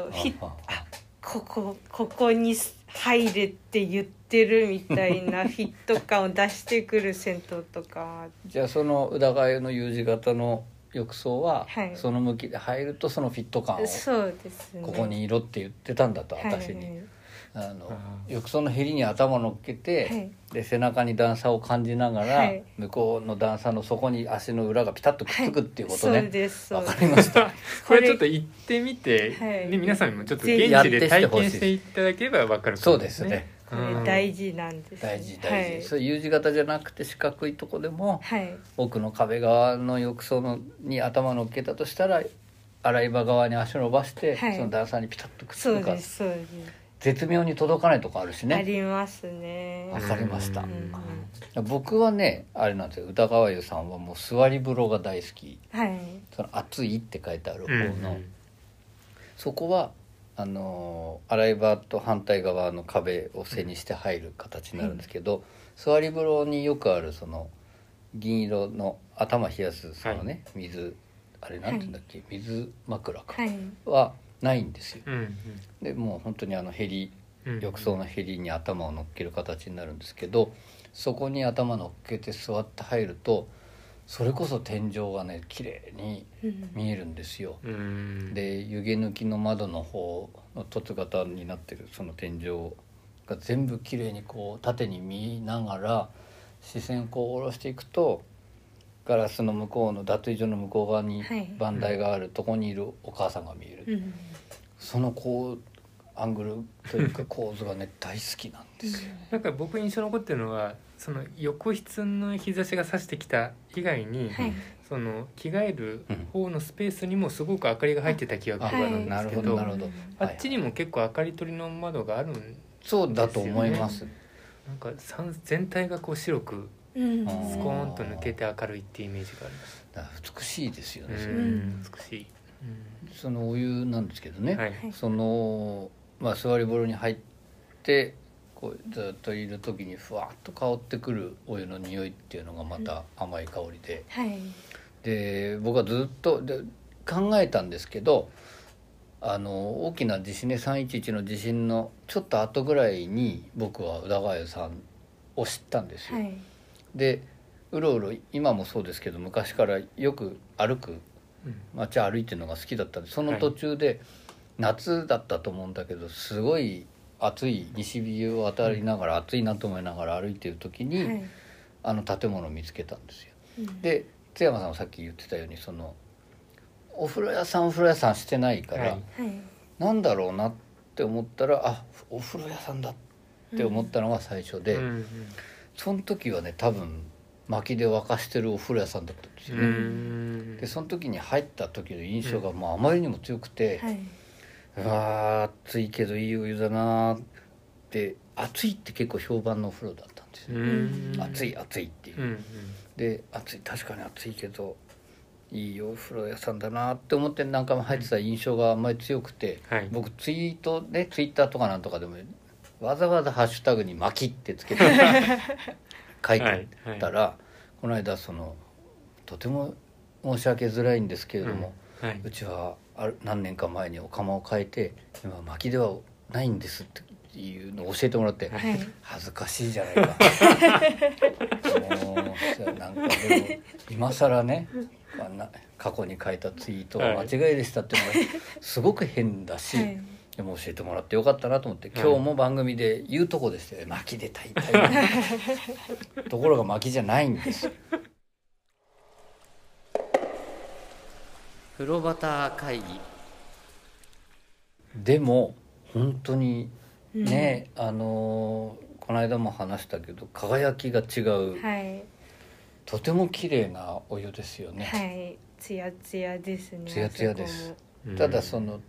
Speaker 5: ュッとひ
Speaker 3: ああ
Speaker 5: ここここに入れって言ってるみたいな フィット感を出してくる銭湯とか
Speaker 3: じゃあその宇田川湯の U 字型の浴槽は、
Speaker 5: はい
Speaker 3: その向きで入るとそのフィット感を
Speaker 5: そうですね
Speaker 3: ここにいろって言ってたんだと
Speaker 5: はい
Speaker 3: 私に、あの
Speaker 2: あー
Speaker 3: 浴槽のへりに頭乗っけて、
Speaker 5: はい
Speaker 3: で背中に段差を感じながら、
Speaker 5: はい
Speaker 3: 向こうの段差の底に足の裏がピタッとくっつくっていうこと
Speaker 5: そう
Speaker 3: ね、
Speaker 5: ですそ
Speaker 3: わ
Speaker 5: う
Speaker 3: か
Speaker 5: です
Speaker 3: りました
Speaker 2: これちょっと行ってみて、
Speaker 5: はい
Speaker 2: ね、皆さんもちょっと
Speaker 5: ぜ
Speaker 2: 現
Speaker 5: ひ
Speaker 2: 地で体験していただければ分かるか
Speaker 3: そ
Speaker 2: も
Speaker 3: うですね
Speaker 5: これ大事なんです、ね、
Speaker 3: 大事大事、
Speaker 5: はい
Speaker 3: そういう U 字型じゃなくて四角いとこでも
Speaker 5: はい
Speaker 3: 奥の壁側の浴槽のに頭乗っけたとしたら洗い場側に足を伸ばして、
Speaker 5: はい
Speaker 3: その段差にピタッとくっつ
Speaker 5: そう
Speaker 3: くか
Speaker 5: ですそうです、
Speaker 3: 絶妙に届かないとこあるし
Speaker 5: あ
Speaker 3: ね
Speaker 5: りますね
Speaker 3: わかりました
Speaker 2: う
Speaker 5: うんうん
Speaker 3: 僕はねあれなんですよ歌川湯さんはもう座り風呂が大好き
Speaker 5: はい
Speaker 3: その「熱い」って書いてある
Speaker 2: うん
Speaker 3: 方の、そこはあのー洗い場と反対側の壁を背にして入る形になるんですけど、座り風呂によくあるその銀色の頭冷やすそのね、水あれなんて言うんだっけ、水枕か、
Speaker 5: はい
Speaker 3: はないんですよ
Speaker 2: うんうん
Speaker 3: でもう本当にあのヘリ
Speaker 2: うんうん
Speaker 3: 浴槽のヘリに頭を乗っける形になるんですけどそこに頭乗っけて座って入るとそれこそ天井がね綺麗に
Speaker 5: うん
Speaker 3: 見えるんですよ。
Speaker 2: うん
Speaker 3: で湯気抜きの窓の方の凸型になってるその天井が全部綺麗にこう縦に見ながら視線をこう下ろしていくとガラスの向こうの脱衣所の向こう側に
Speaker 5: はい
Speaker 3: 番台があるとこにいるお母さんが見える、
Speaker 5: うん
Speaker 3: そのこうアングルというか構図がね大好きなんですよ。
Speaker 2: なんか僕印象残ってるのはその横室の日差しが差してきた以外に、
Speaker 5: はい
Speaker 2: その着替える方のスペースにもすごく明かりが入ってた記憶
Speaker 3: あ
Speaker 2: があるんですけど、
Speaker 3: なるほど
Speaker 2: あっちにも結構明かり取りの窓があるん
Speaker 3: そうだと思います。
Speaker 2: なんかさん全体がこう白く
Speaker 5: うん
Speaker 3: あー
Speaker 2: スコーンと抜けて明るいっていうイメージがあります。
Speaker 3: だから美しいですよね。それ
Speaker 2: うん美しい。
Speaker 3: そのお湯なんですけどね。
Speaker 2: うんはい。
Speaker 5: い
Speaker 3: その、まあ、座り風呂に入ってこうずっといる時にふわっと香ってくるお湯の匂いっていうのがまた甘い香りで、
Speaker 5: はい
Speaker 3: で僕はずっとで考えたんですけどあの大きな地震ね311の地震のちょっと後ぐらいに僕は宇田川さんを知ったんですよ。
Speaker 5: はい
Speaker 3: でうろうろ今もそうですけど昔からよく歩く
Speaker 2: うん
Speaker 3: 街歩いてるのが好きだったんでその途中で、夏だったと思うんだけどすごい暑い西日を渡りながら、暑いなと思いながら歩いてる時に、
Speaker 5: はい
Speaker 3: あの建物を見つけたんですよ。
Speaker 5: うん
Speaker 3: で津山さんもさっき言ってたようにそのお風呂屋さんお風呂屋さんしてないから、
Speaker 2: はい
Speaker 5: はい
Speaker 3: なんだろうなって思ったらあお風呂屋さんだって思ったのが最初で、
Speaker 2: うんうん
Speaker 3: その時はね多分薪で沸かしてるお風呂屋さんだったんです
Speaker 2: う
Speaker 3: よ。
Speaker 2: ーん
Speaker 3: でその時に入った時の印象がもうあまりにも強くて、
Speaker 5: はい、
Speaker 3: うわー暑いけどいいお湯だなーって暑いって結構評判のお風呂だったんです
Speaker 2: う
Speaker 3: よ、
Speaker 2: ーん
Speaker 3: 暑い暑いっていう、
Speaker 2: うんうん
Speaker 3: で暑い確かに暑いけどいいお風呂屋さんだなーって思って何回も入ってた印象があんまり強くて、
Speaker 2: はい
Speaker 3: 僕ツイートねツイッターとかなんとかでもわざわざハッシュタグに「巻き」ってつ けて書いて
Speaker 2: はいはい
Speaker 3: たら、この間そのとても申し訳づらいんですけれども、
Speaker 2: はいう
Speaker 3: ちはある何年か前にお釜を変えて今薪ではないんですっていうのを教えてもらって、
Speaker 2: はい
Speaker 5: はい、
Speaker 3: 恥ずかしいじゃないかもうなんかでも今更ねあんな過去に書いたツイートは間違いでしたっていうのがすごく変だし、
Speaker 5: はい
Speaker 3: でも教えてもらってよかったなと思って
Speaker 2: はい
Speaker 3: 今日も番組で言うとこでしたよ「薪で炊いたよ」ところが薪じゃないんです
Speaker 6: 風呂端会議
Speaker 3: でも本当にね、あのーこの間も話したけど輝きが違う、
Speaker 5: はい、
Speaker 3: とても綺麗なお湯ですよね、
Speaker 5: はい、ツヤツヤですね。
Speaker 3: ツヤツヤです
Speaker 5: あそこも
Speaker 2: うん
Speaker 3: ただその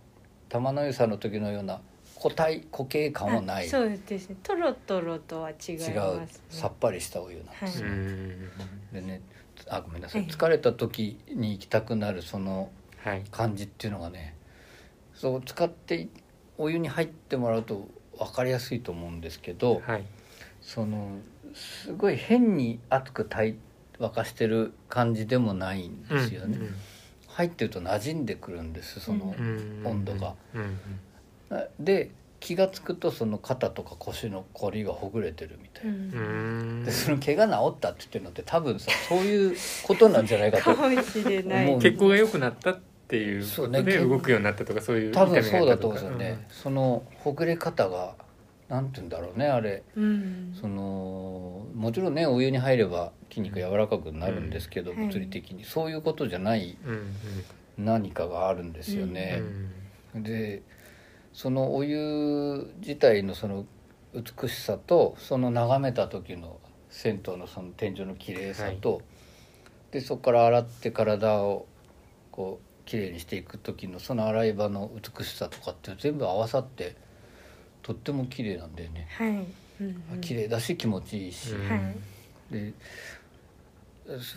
Speaker 3: 玉の湯さんの時のような固体固形感はな
Speaker 5: あ
Speaker 3: い
Speaker 5: そうですね。トロトロとは違い
Speaker 3: 違
Speaker 5: ま
Speaker 3: う
Speaker 5: す、ね。
Speaker 3: さっぱりしたお湯なんです、
Speaker 5: はい
Speaker 2: うん
Speaker 3: でねあごめんなさい
Speaker 5: はい、
Speaker 3: 疲れた時に行きたくなるその
Speaker 2: はい
Speaker 3: 感じっていうのがねそう使ってお湯に入ってもらうと分かりやすいと思うんですけど、
Speaker 2: はい
Speaker 3: そのすごい変に熱く炊い沸かしてる感じでもないんですよね、入ってると馴染んでくるんですその
Speaker 2: う、んうん
Speaker 3: 温度が
Speaker 2: うんうん
Speaker 3: で気が付くとその肩とか腰の凝りがほぐれてるみたいうな、
Speaker 2: うんん
Speaker 3: でその怪我治ったって言ってるのって多分さそういうことなんじゃないか
Speaker 5: か
Speaker 3: と
Speaker 5: もしれな
Speaker 3: 思
Speaker 5: い。
Speaker 3: う
Speaker 2: 血行が良くなったっていう
Speaker 3: そ
Speaker 2: こ
Speaker 3: う
Speaker 2: と
Speaker 3: ね
Speaker 2: で
Speaker 3: 結
Speaker 2: 動くようになったとかそういう
Speaker 3: 多
Speaker 2: 痛
Speaker 3: 分
Speaker 2: みが
Speaker 3: そうだ
Speaker 2: 減った
Speaker 3: と
Speaker 2: と
Speaker 3: 思うんで
Speaker 2: か
Speaker 3: すよね、そのほぐれ方がなんて言うんだろうねあれ
Speaker 5: うん、
Speaker 3: そのもちろんねお湯に入れば筋肉柔らかくなるんですけど、
Speaker 5: うん
Speaker 3: 物理的に、そういうことじゃない
Speaker 2: うんうん
Speaker 3: 何かがあるんですよ
Speaker 2: う
Speaker 3: ね。
Speaker 2: ん
Speaker 3: でそのお湯自体のその美しさとその眺めた時の銭湯のその天井の綺麗さと、でそこから洗って体をこう綺麗にしていく時のその洗い場の美しさとかって全部合わさってとっても綺麗なんだよね。
Speaker 5: はい、うんうん
Speaker 3: 綺麗だし気持ちいいし、
Speaker 2: うん
Speaker 5: はい
Speaker 3: で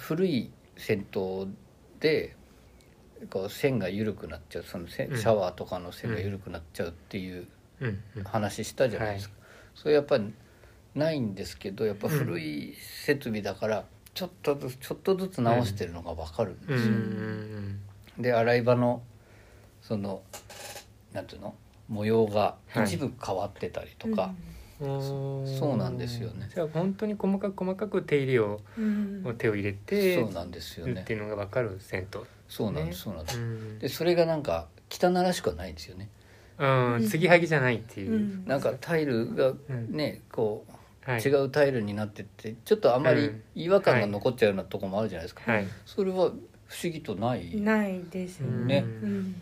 Speaker 3: 古い銭湯でこう線が緩くなっちゃうその線
Speaker 2: うん
Speaker 3: シャワーとかの線が緩くなっちゃうっていう
Speaker 2: うんうん
Speaker 3: 話したじゃないですか、それやっぱりないんですけどやっぱ古い設備だからちょっとずつちょっとずつ直してるのが分かるん
Speaker 2: う
Speaker 3: ですよ、
Speaker 2: ん
Speaker 3: で洗い場のそのなんていうの模様が一部変わってたりとか、
Speaker 2: うん
Speaker 3: そうなんですよね
Speaker 2: じゃあ本当に細かく細かく手入れを
Speaker 5: うん、
Speaker 2: 手を入れて
Speaker 3: そうなんですよね
Speaker 2: っていうのが分かる銭
Speaker 3: そうなんですそうなんです
Speaker 2: 湯、うん
Speaker 3: でそれがなんか汚らしくはないんですよね
Speaker 2: うん
Speaker 5: うん
Speaker 2: 継ぎはぎじゃないっていう、
Speaker 5: うん
Speaker 3: なんかタイルが
Speaker 2: うん
Speaker 3: ねこ
Speaker 2: は
Speaker 3: う
Speaker 2: い、
Speaker 3: 違うタイルになってってちょっとあまり違和感が残っちゃうようなとこもあるじゃないですか、
Speaker 2: はい
Speaker 3: それは不思議とない
Speaker 5: ないですね。
Speaker 3: ね
Speaker 5: う
Speaker 2: うん
Speaker 5: ん、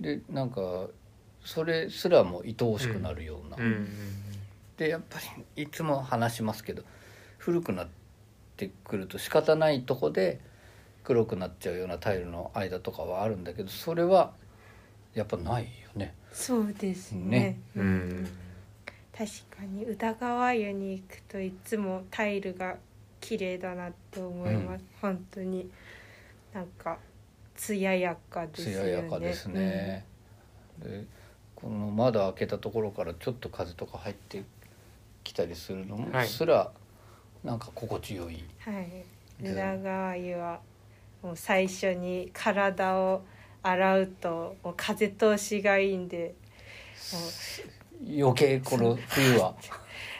Speaker 3: でなんかそれすらも愛おしくなるような、
Speaker 2: うんうん
Speaker 3: でやっぱりいつも話しますけど古くなってくると仕方ないとこで黒くなっちゃうようなタイルの間とかはあるんだけどそれはやっぱないよね
Speaker 5: そうですね。
Speaker 3: ね
Speaker 2: うんうん
Speaker 5: 確かに宇田川湯に行くといつもタイルが綺麗だなって思います、本当になんか艶やかですよね
Speaker 3: 艶やかですね、でこの窓開けたところからちょっと風とか入ってきたりするのも
Speaker 2: はい
Speaker 3: すらなんか心地よい、
Speaker 5: はい
Speaker 3: で
Speaker 5: 宇田川湯はもう最初に体を洗うともう風通しがいいんでもう
Speaker 3: 余計この冬は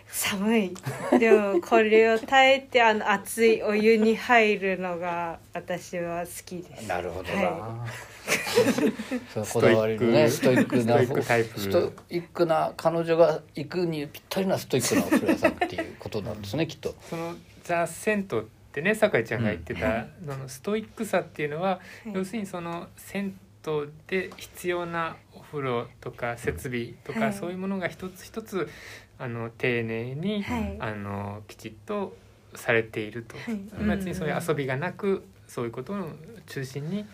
Speaker 5: 寒いでもこれを耐えてあの熱いお湯に入るのが私は好きです
Speaker 3: なるほどな、
Speaker 5: は
Speaker 3: そうこだわりのねス
Speaker 2: ス
Speaker 3: ト
Speaker 2: ト
Speaker 3: イ
Speaker 2: イ
Speaker 3: ッ
Speaker 2: ッ
Speaker 3: ク
Speaker 2: ク
Speaker 3: な
Speaker 2: ストイックタイプ
Speaker 3: ストイックな彼女が行くにぴったりなストイックなお風呂屋さんっていうことなんですねきっと。
Speaker 2: そのザ・銭湯ってね酒井ちゃんが言ってた、そのストイックさっていうのは、
Speaker 5: はい
Speaker 2: 要するにその銭湯で必要なお風呂とか設備とか、
Speaker 5: はい
Speaker 2: そういうものが一つ一つあの丁寧に、
Speaker 5: はい
Speaker 2: あのきちっとされていると、
Speaker 5: はい
Speaker 2: 別にそういう遊びがなくそういうことを中心に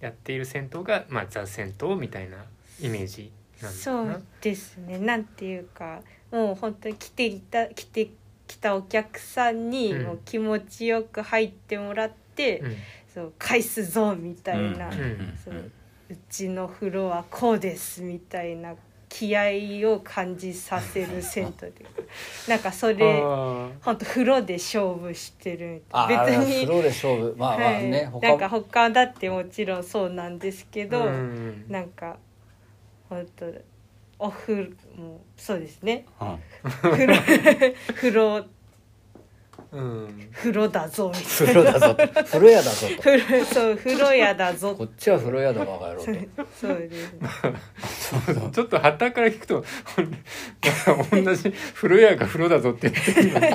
Speaker 2: やっている銭湯が、まあ、ザ・銭湯みたいなイメージなんです
Speaker 5: そ
Speaker 2: か
Speaker 5: うですねなんていうかもう本当に来ていた来てきたお客さんに
Speaker 2: うん
Speaker 5: もう気持ちよく入ってもらって、
Speaker 2: うん
Speaker 5: そう返すぞみたいな、
Speaker 3: う
Speaker 5: うん
Speaker 3: うん
Speaker 5: そうちの風呂はこうですみたいな気合を感じさせる銭湯でなんかそれ
Speaker 2: あ
Speaker 5: 本当風呂で勝負してるみ
Speaker 3: あ
Speaker 5: たい
Speaker 3: あれ
Speaker 5: な別
Speaker 3: はス
Speaker 5: に、
Speaker 3: ローで勝負まあまあ
Speaker 5: はい
Speaker 3: ね、
Speaker 5: なんか他だってもちろんそうなんですけ
Speaker 2: ー
Speaker 5: ど、
Speaker 2: うん
Speaker 5: なんか本当お風呂もうそうです ね
Speaker 3: うん
Speaker 5: 風呂風呂
Speaker 2: うん
Speaker 5: 風呂だぞみたい
Speaker 3: 風呂だぞと風呂屋だぞ
Speaker 5: な風呂そう風呂屋だぞ
Speaker 3: とこっちは風呂屋だバカ野郎と
Speaker 5: そうそうですね
Speaker 2: ちょっとはたから聞くと ほんなんか同じ風呂屋が風呂だぞって言ってるのが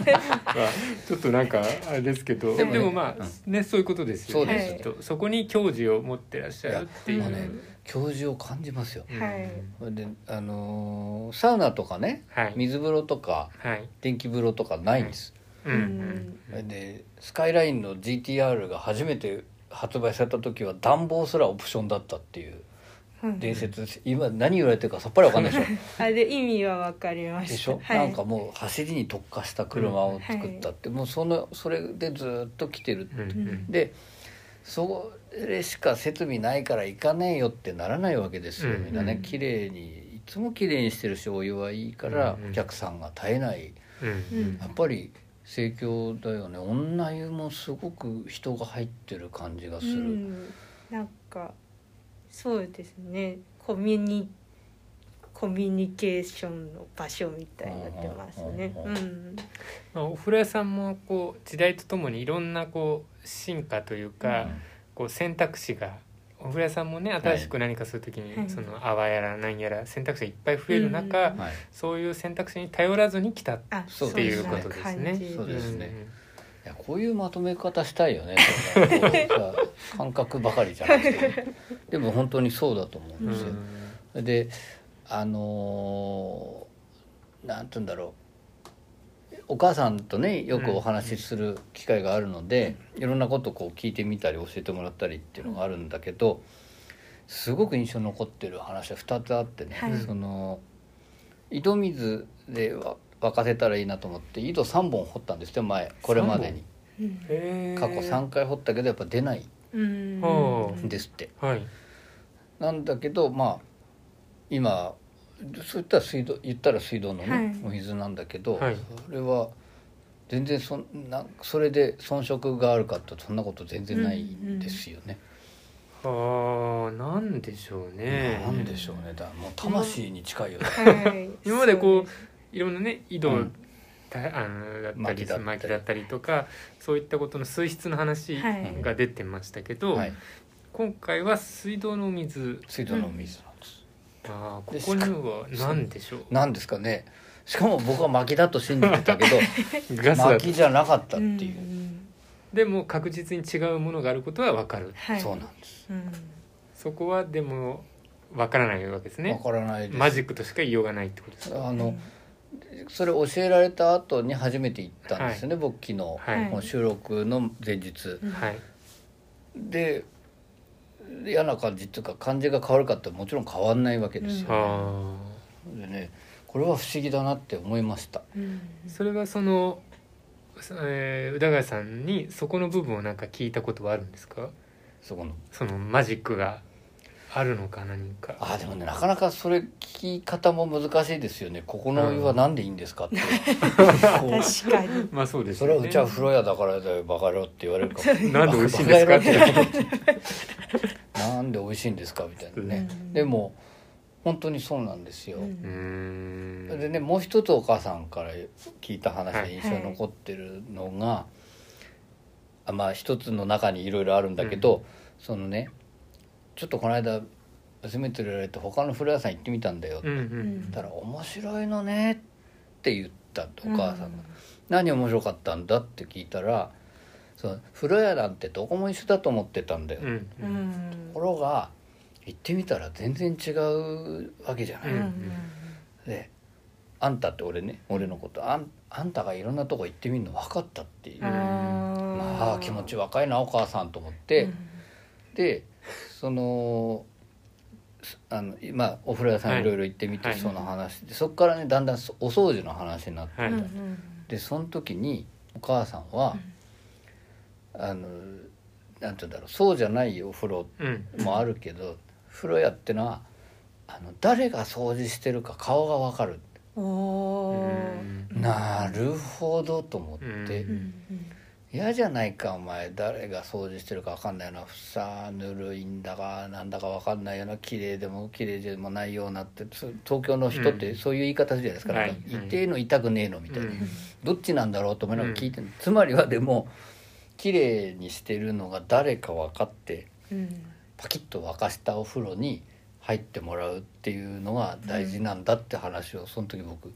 Speaker 2: ちょっとなんかあれですけど
Speaker 5: で
Speaker 2: で
Speaker 5: も
Speaker 2: も,、
Speaker 5: ね
Speaker 2: まあ、ねそういうことですよ
Speaker 3: そう
Speaker 5: で
Speaker 2: ね
Speaker 5: す、
Speaker 2: きっとそこに教授を持ってらっしゃるっていう。
Speaker 5: はい
Speaker 2: うん
Speaker 5: もうね
Speaker 3: 教授を感じますよ
Speaker 5: はい
Speaker 3: であのーサウナとかね
Speaker 2: はい
Speaker 3: 水風呂とか
Speaker 2: はい
Speaker 3: 電気風呂とかないんです、
Speaker 2: うんうん
Speaker 3: でスカイラインの GTR が初めて発売された時は暖房すらオプションだったっていう
Speaker 5: うん
Speaker 3: 伝説です今何言われてるかさっぱりわかんないでし ょ
Speaker 5: あで意味はわかりました
Speaker 3: でしょ、
Speaker 5: はい、
Speaker 3: なんかもう走りに特化した車を作ったって、もうそのそれでずっと来てる
Speaker 2: うんうん
Speaker 3: でそれしか設備ないから行かねえよってならないわけですよ、
Speaker 2: うん
Speaker 3: みんな
Speaker 5: う
Speaker 3: ね
Speaker 5: ん
Speaker 3: 綺麗にいつも綺麗にしてるしお湯はいいから
Speaker 2: うん
Speaker 3: お客さんが絶えない
Speaker 2: うん
Speaker 5: うん
Speaker 3: やっぱり盛況だよね女湯もすごく人が入ってる感じがす
Speaker 5: う
Speaker 3: る、
Speaker 5: ん、なんかそうですねコミュニコミュニケーションの場所みたいになってますね
Speaker 3: うん
Speaker 5: う
Speaker 3: うんうん
Speaker 5: ん
Speaker 2: まあ、お風呂屋さんもこう時代とともにいろんなこう進化というか、こう選択肢がお風呂屋さんもね新しく何かするときに、
Speaker 5: はい
Speaker 2: その泡やら何やら選択肢がいっぱい増える中、
Speaker 5: うん
Speaker 3: はい
Speaker 2: そういう選択肢に頼らずに来た
Speaker 5: あ
Speaker 3: そう
Speaker 2: っていうことですね
Speaker 5: そんな感じ
Speaker 3: そうですね
Speaker 2: ん
Speaker 3: いやこういうまとめ方したいよね そんなこうさ感覚ばかりじゃなくてでも本当にそうだと思うん
Speaker 2: う
Speaker 3: で
Speaker 2: ん
Speaker 3: すよ、であのーなんて言うんだろうお母さんとねよくお話しする機会があるので、いろんなことこう聞いてみたり教えてもらったりっていうのがあるんだけどすごく印象に残ってる話は2つあってね、
Speaker 5: はい
Speaker 3: その井戸水でわ沸かせたらいいなと思って井戸3本掘ったんですって前これまでに
Speaker 5: うん
Speaker 2: へー
Speaker 3: 過去3回掘ったけどやっぱ出ない
Speaker 5: うん
Speaker 2: ほ
Speaker 3: んですって。
Speaker 2: はい
Speaker 3: なんだけどまあ今そういったら水道言ったら水道のね、
Speaker 5: はい
Speaker 3: お水なんだけど、
Speaker 2: はい
Speaker 3: それは全然そんなそれで遜色があるかってそんなこと全然ないんですよね。
Speaker 2: ああなんでしょうね
Speaker 3: なんでしょうねだもう魂に近いよね。
Speaker 5: はい
Speaker 2: 今までこ
Speaker 5: そう
Speaker 2: いろんなね井戸、
Speaker 3: うん
Speaker 2: だあのだった
Speaker 3: 薪
Speaker 2: り
Speaker 3: だったり
Speaker 2: 薪だったりとかそういったことの水質の話
Speaker 5: はい
Speaker 2: が出てましたけど、
Speaker 3: はい、
Speaker 2: 今回は水道の水
Speaker 3: 水道のお水なんです。
Speaker 2: あー
Speaker 3: で
Speaker 2: ここには何でしょう
Speaker 3: なんですかね。しかも僕は薪だと信じてたけど
Speaker 2: ガスだ
Speaker 3: 薪じゃなかったっ
Speaker 5: う
Speaker 3: て
Speaker 5: ん
Speaker 3: いう、
Speaker 5: ん
Speaker 2: でも確実に違うものがあることは分かる
Speaker 5: はい
Speaker 3: そうなんです。
Speaker 5: うん
Speaker 2: そこはでも分からないわけです
Speaker 3: わ、
Speaker 2: ね
Speaker 3: からないです。
Speaker 2: マジックとしか言いようがないってことですか
Speaker 3: あのそれ教えられた後に初めて行ったんですよね、僕昨日。
Speaker 2: はい
Speaker 5: はい
Speaker 3: この収録の前日
Speaker 5: うん
Speaker 2: はい
Speaker 3: で嫌な感じっていうか感じが変わるかってもちろん変わんないわけですよ、
Speaker 5: うん
Speaker 2: あ
Speaker 3: でねこれは不思議だなって思いました
Speaker 5: うん
Speaker 2: ーそれはその、えー、宇田川さんにそこの部分をなんか聞いたことはあるんですか
Speaker 3: そこの
Speaker 2: そのマジックがあるのか何か
Speaker 3: あーでもねなかなかそれ聞き方も難しいですよねここのお湯は何でいいんですかって、こう
Speaker 5: 確かに
Speaker 2: まあそうです
Speaker 3: そ
Speaker 2: よ
Speaker 3: れ
Speaker 2: ね
Speaker 3: はうちは風呂屋だからだよバカ野郎って言われるかも
Speaker 2: なんで美味しいんで すかって
Speaker 3: なんで美味しいんですかみたいなね、
Speaker 5: うん
Speaker 3: でも本当にそうなんですよ、
Speaker 5: うん
Speaker 2: うーん
Speaker 3: でねもう一つお母さんから聞いた話で印象に残ってるのが、あまあ一つの中にいろいろあるんだけど、そのねちょっとこの間娘連れられて他の風呂屋さん行ってみたんだよ、
Speaker 2: うんう
Speaker 5: うんん
Speaker 3: たら「面白いのね」って言ったとお母さんが「何面白かったんだ?」って聞いたら「その風呂屋なんてどこも一緒だと思ってたんだよ」
Speaker 2: うん
Speaker 5: うんうん
Speaker 3: ところが行ってみたら全然違うわけじゃない。
Speaker 5: うん
Speaker 3: で「あんた」って俺ね俺のことあん「あんたがいろんなとこ行ってみるの分かった」っていう、
Speaker 5: うん
Speaker 3: まあ気持ち若いなお母さんと思って、でそのすあのまあお風呂屋さ
Speaker 2: は
Speaker 3: ん
Speaker 2: い
Speaker 3: いろいろ行ってみて、
Speaker 2: はい
Speaker 3: その話でそこからねだんだんそお掃除の話になって、
Speaker 2: はい
Speaker 5: うん
Speaker 3: でその時にお母さんは、あのなんて言うんだろうそうじゃないお風呂
Speaker 2: うん
Speaker 3: もあるけど、風呂屋ってのはあの誰が掃除してるか顔が分かる。
Speaker 5: うんおー
Speaker 3: なるほどと思って、
Speaker 2: う
Speaker 5: うん
Speaker 3: 嫌じゃないかお前誰が掃除してるか分かんないようなふさぬるいんだかなんだか分かんないような綺麗でも綺麗でもないようなってそ東京の人っ
Speaker 2: う
Speaker 3: て
Speaker 2: ん
Speaker 3: そういう言い方するじゃないですか,、
Speaker 2: はい
Speaker 3: なんか痛えの痛くねえのみたいな、
Speaker 2: うん
Speaker 3: どっちなんだろうと思いながら聞いてる、つまりはでも綺麗にしてるのが誰か分かって
Speaker 5: うん
Speaker 3: パキッと沸かしたお風呂に入ってもらうっていうのが大事なんだって話をその時僕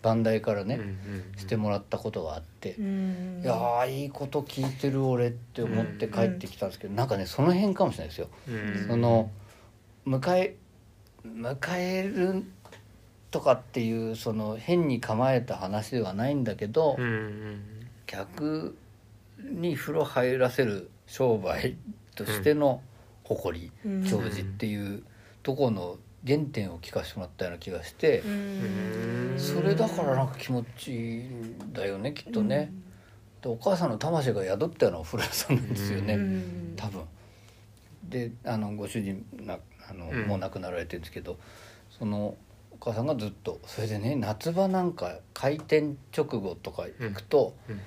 Speaker 3: 番台からね、
Speaker 2: うん
Speaker 3: してもらったことがあって、
Speaker 5: うん
Speaker 3: いやーいいこと聞いてる俺って思って帰ってきたんですけど、なんかねその辺かもしれないですよ。
Speaker 2: うん
Speaker 3: その迎え迎えるとかっていうその変に構えた話ではないんだけど、
Speaker 2: うんうん
Speaker 3: 客に風呂入らせる商売としての誇り、
Speaker 5: うん
Speaker 3: 長寿っていうところの原点を聞かせてもらったような気がして。
Speaker 5: うん
Speaker 3: それだからなんか気持ちいいんだよねきっとね、でお母さんの魂が宿ったようなお風呂屋さんなんですよね、
Speaker 5: うん
Speaker 3: 多分であのご主人なあの、
Speaker 2: うん
Speaker 3: もう亡くなられてるんですけどそのお母さんがずっとそれでね夏場なんか開店直後とか行くと「
Speaker 2: うん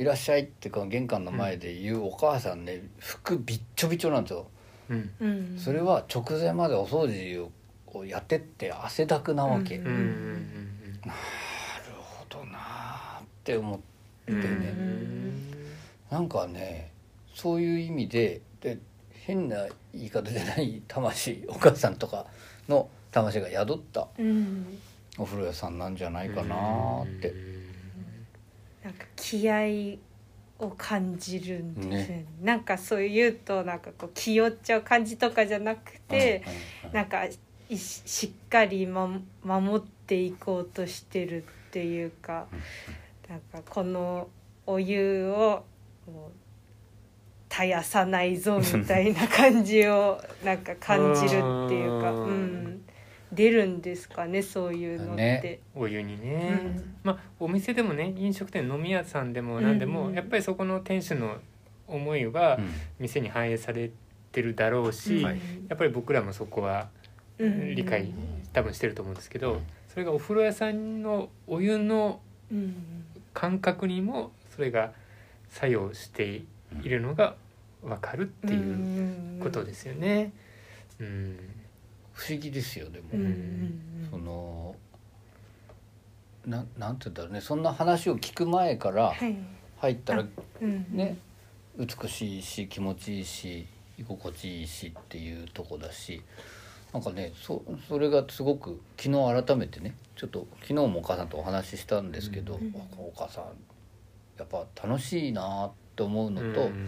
Speaker 3: いらっしゃい」っていうか玄関の前で言うお母さんね服びっちょびちょなんですよ。
Speaker 2: うん
Speaker 5: うん
Speaker 3: それは直前までお掃除ををやってって汗だくなわけ。
Speaker 5: うん
Speaker 2: うんうん
Speaker 3: なるほどなーって思って
Speaker 2: うんうん
Speaker 3: ね、
Speaker 5: うん
Speaker 3: なんかねそういう意味でで変な言い方じゃない魂お母さんとかの魂が宿った
Speaker 5: うん
Speaker 3: お風呂屋さんなんじゃないかなーって
Speaker 5: なんか気合を感じるんですよね
Speaker 3: ね
Speaker 5: なんかそういうとなんかこう気負っちゃう感じとかじゃなくて、
Speaker 3: うんうん
Speaker 5: なんかいししっかり、ま、守っていこうとしてるっていうか、なんかこのお湯をもう絶やさないぞみたいな感じをなんか感じるっていうか、
Speaker 2: あー
Speaker 5: うん、出るんですかねそういうのって。
Speaker 3: ね
Speaker 2: お湯に
Speaker 5: う
Speaker 2: ね、
Speaker 5: ん
Speaker 2: まあお店でもね飲食店飲み屋さんでも何でも、
Speaker 5: うん
Speaker 2: やっぱりそこの店主の思いは
Speaker 3: うん
Speaker 2: 店に反映されてるだろうし、
Speaker 3: はい
Speaker 2: やっぱり僕らもそこは
Speaker 5: うん
Speaker 2: 理解多分してると思うんですけど、
Speaker 3: うん
Speaker 2: それがお風呂屋さんのお湯の
Speaker 5: うん
Speaker 2: 感覚にもそれが作用しているのが分かるっていうことですよね。うん、
Speaker 3: 不思議ですよでも、
Speaker 5: うんうん
Speaker 3: そのななんて言うんだろうねそんな話を聞く前から
Speaker 5: はい
Speaker 3: 入ったら
Speaker 5: うん
Speaker 3: ね美しいし気持ちいいし居心地いいしっていうとこだしなんかねそそれがすごく昨日改めてねちょっと昨日もお母さんとお話ししたんですけど、
Speaker 5: うん
Speaker 3: あお母さんやっぱ楽しいなって思うのと、
Speaker 2: うん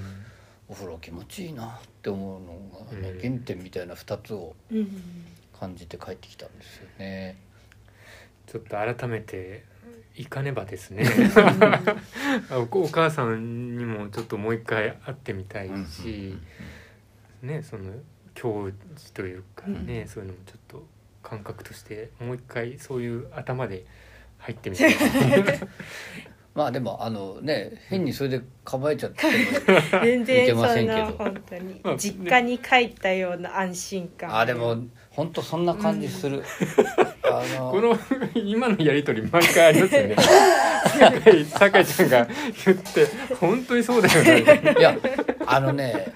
Speaker 3: お風呂気持ちいいなって思うのが、ね
Speaker 2: うん
Speaker 3: 原点みたいな2つを
Speaker 5: うん
Speaker 3: 感じて帰ってきたんですよね。
Speaker 2: ちょっと改めて行かねばですねおお母さんにもちょっともう一回会ってみたいし、ねその教授というかね、そういうのもちょっと感覚としてもう一回そういう頭で入ってみたい
Speaker 3: まあでもあのね変にそれで構えちゃっても
Speaker 5: 全
Speaker 3: 似て
Speaker 5: 然
Speaker 3: ま
Speaker 5: そ
Speaker 3: せん
Speaker 5: ん
Speaker 3: けど
Speaker 5: な本当に
Speaker 2: まあね
Speaker 5: 実家に帰ったような安心感
Speaker 3: あでも本当そんな感じする、あの
Speaker 2: この 今のやりとり毎回ありますよね酒井酒井ちゃんが言って本当にそうだよ ね
Speaker 3: いやあのね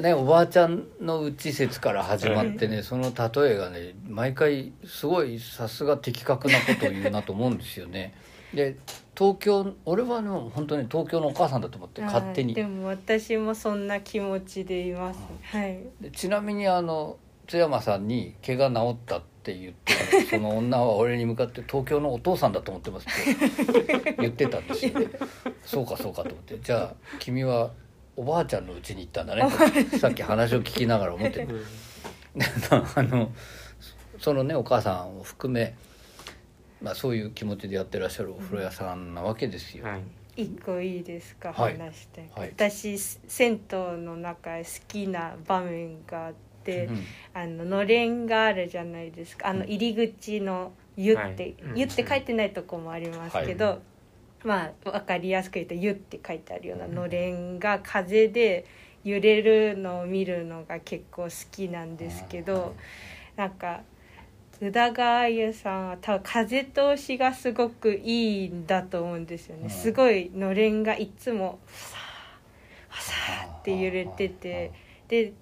Speaker 3: ねおばあちゃんのうち説から始まってねその例えがね毎回すごいさすが的確なことを言うなと思うんですよね。で東京俺はね本当に東京のお母さんだと思って
Speaker 5: はい
Speaker 3: 勝手に
Speaker 5: でも私もそんな気持ちでいますはい
Speaker 3: でちなみにあの津山さんに「毛が治った」って言 ってたのその女は俺に向かって「東京のお父さんだと思ってます」 って言ってたんですよねそうかそうかと思ってじゃあ君はおばあちゃんの家に行ったんだ ねさっき話を聞きながら思ってでまああのそのねお母さんを含め、まあ、そういう気持ちでやってらっしゃるお風呂屋さんなわけですよ。
Speaker 2: はい
Speaker 5: 一個いいですか、
Speaker 3: はい
Speaker 5: 話して、
Speaker 3: はい
Speaker 5: 私銭湯の中で好きな場面があって、
Speaker 3: うん
Speaker 5: あののれんがあるじゃないですかあの入り口の「湯」って「
Speaker 2: はい
Speaker 5: 湯」って書いてないとこもありますけど、まあ分かりやすく言うと「湯」って書いてあるようなのれんが風で揺れるのを見るのが結構好きなんですけど。なんか宇田川優さんは多分風通しがすごくいいんだと思うんですよね、
Speaker 3: うん
Speaker 5: すごいのれんがいつもふさーふさーって揺れててで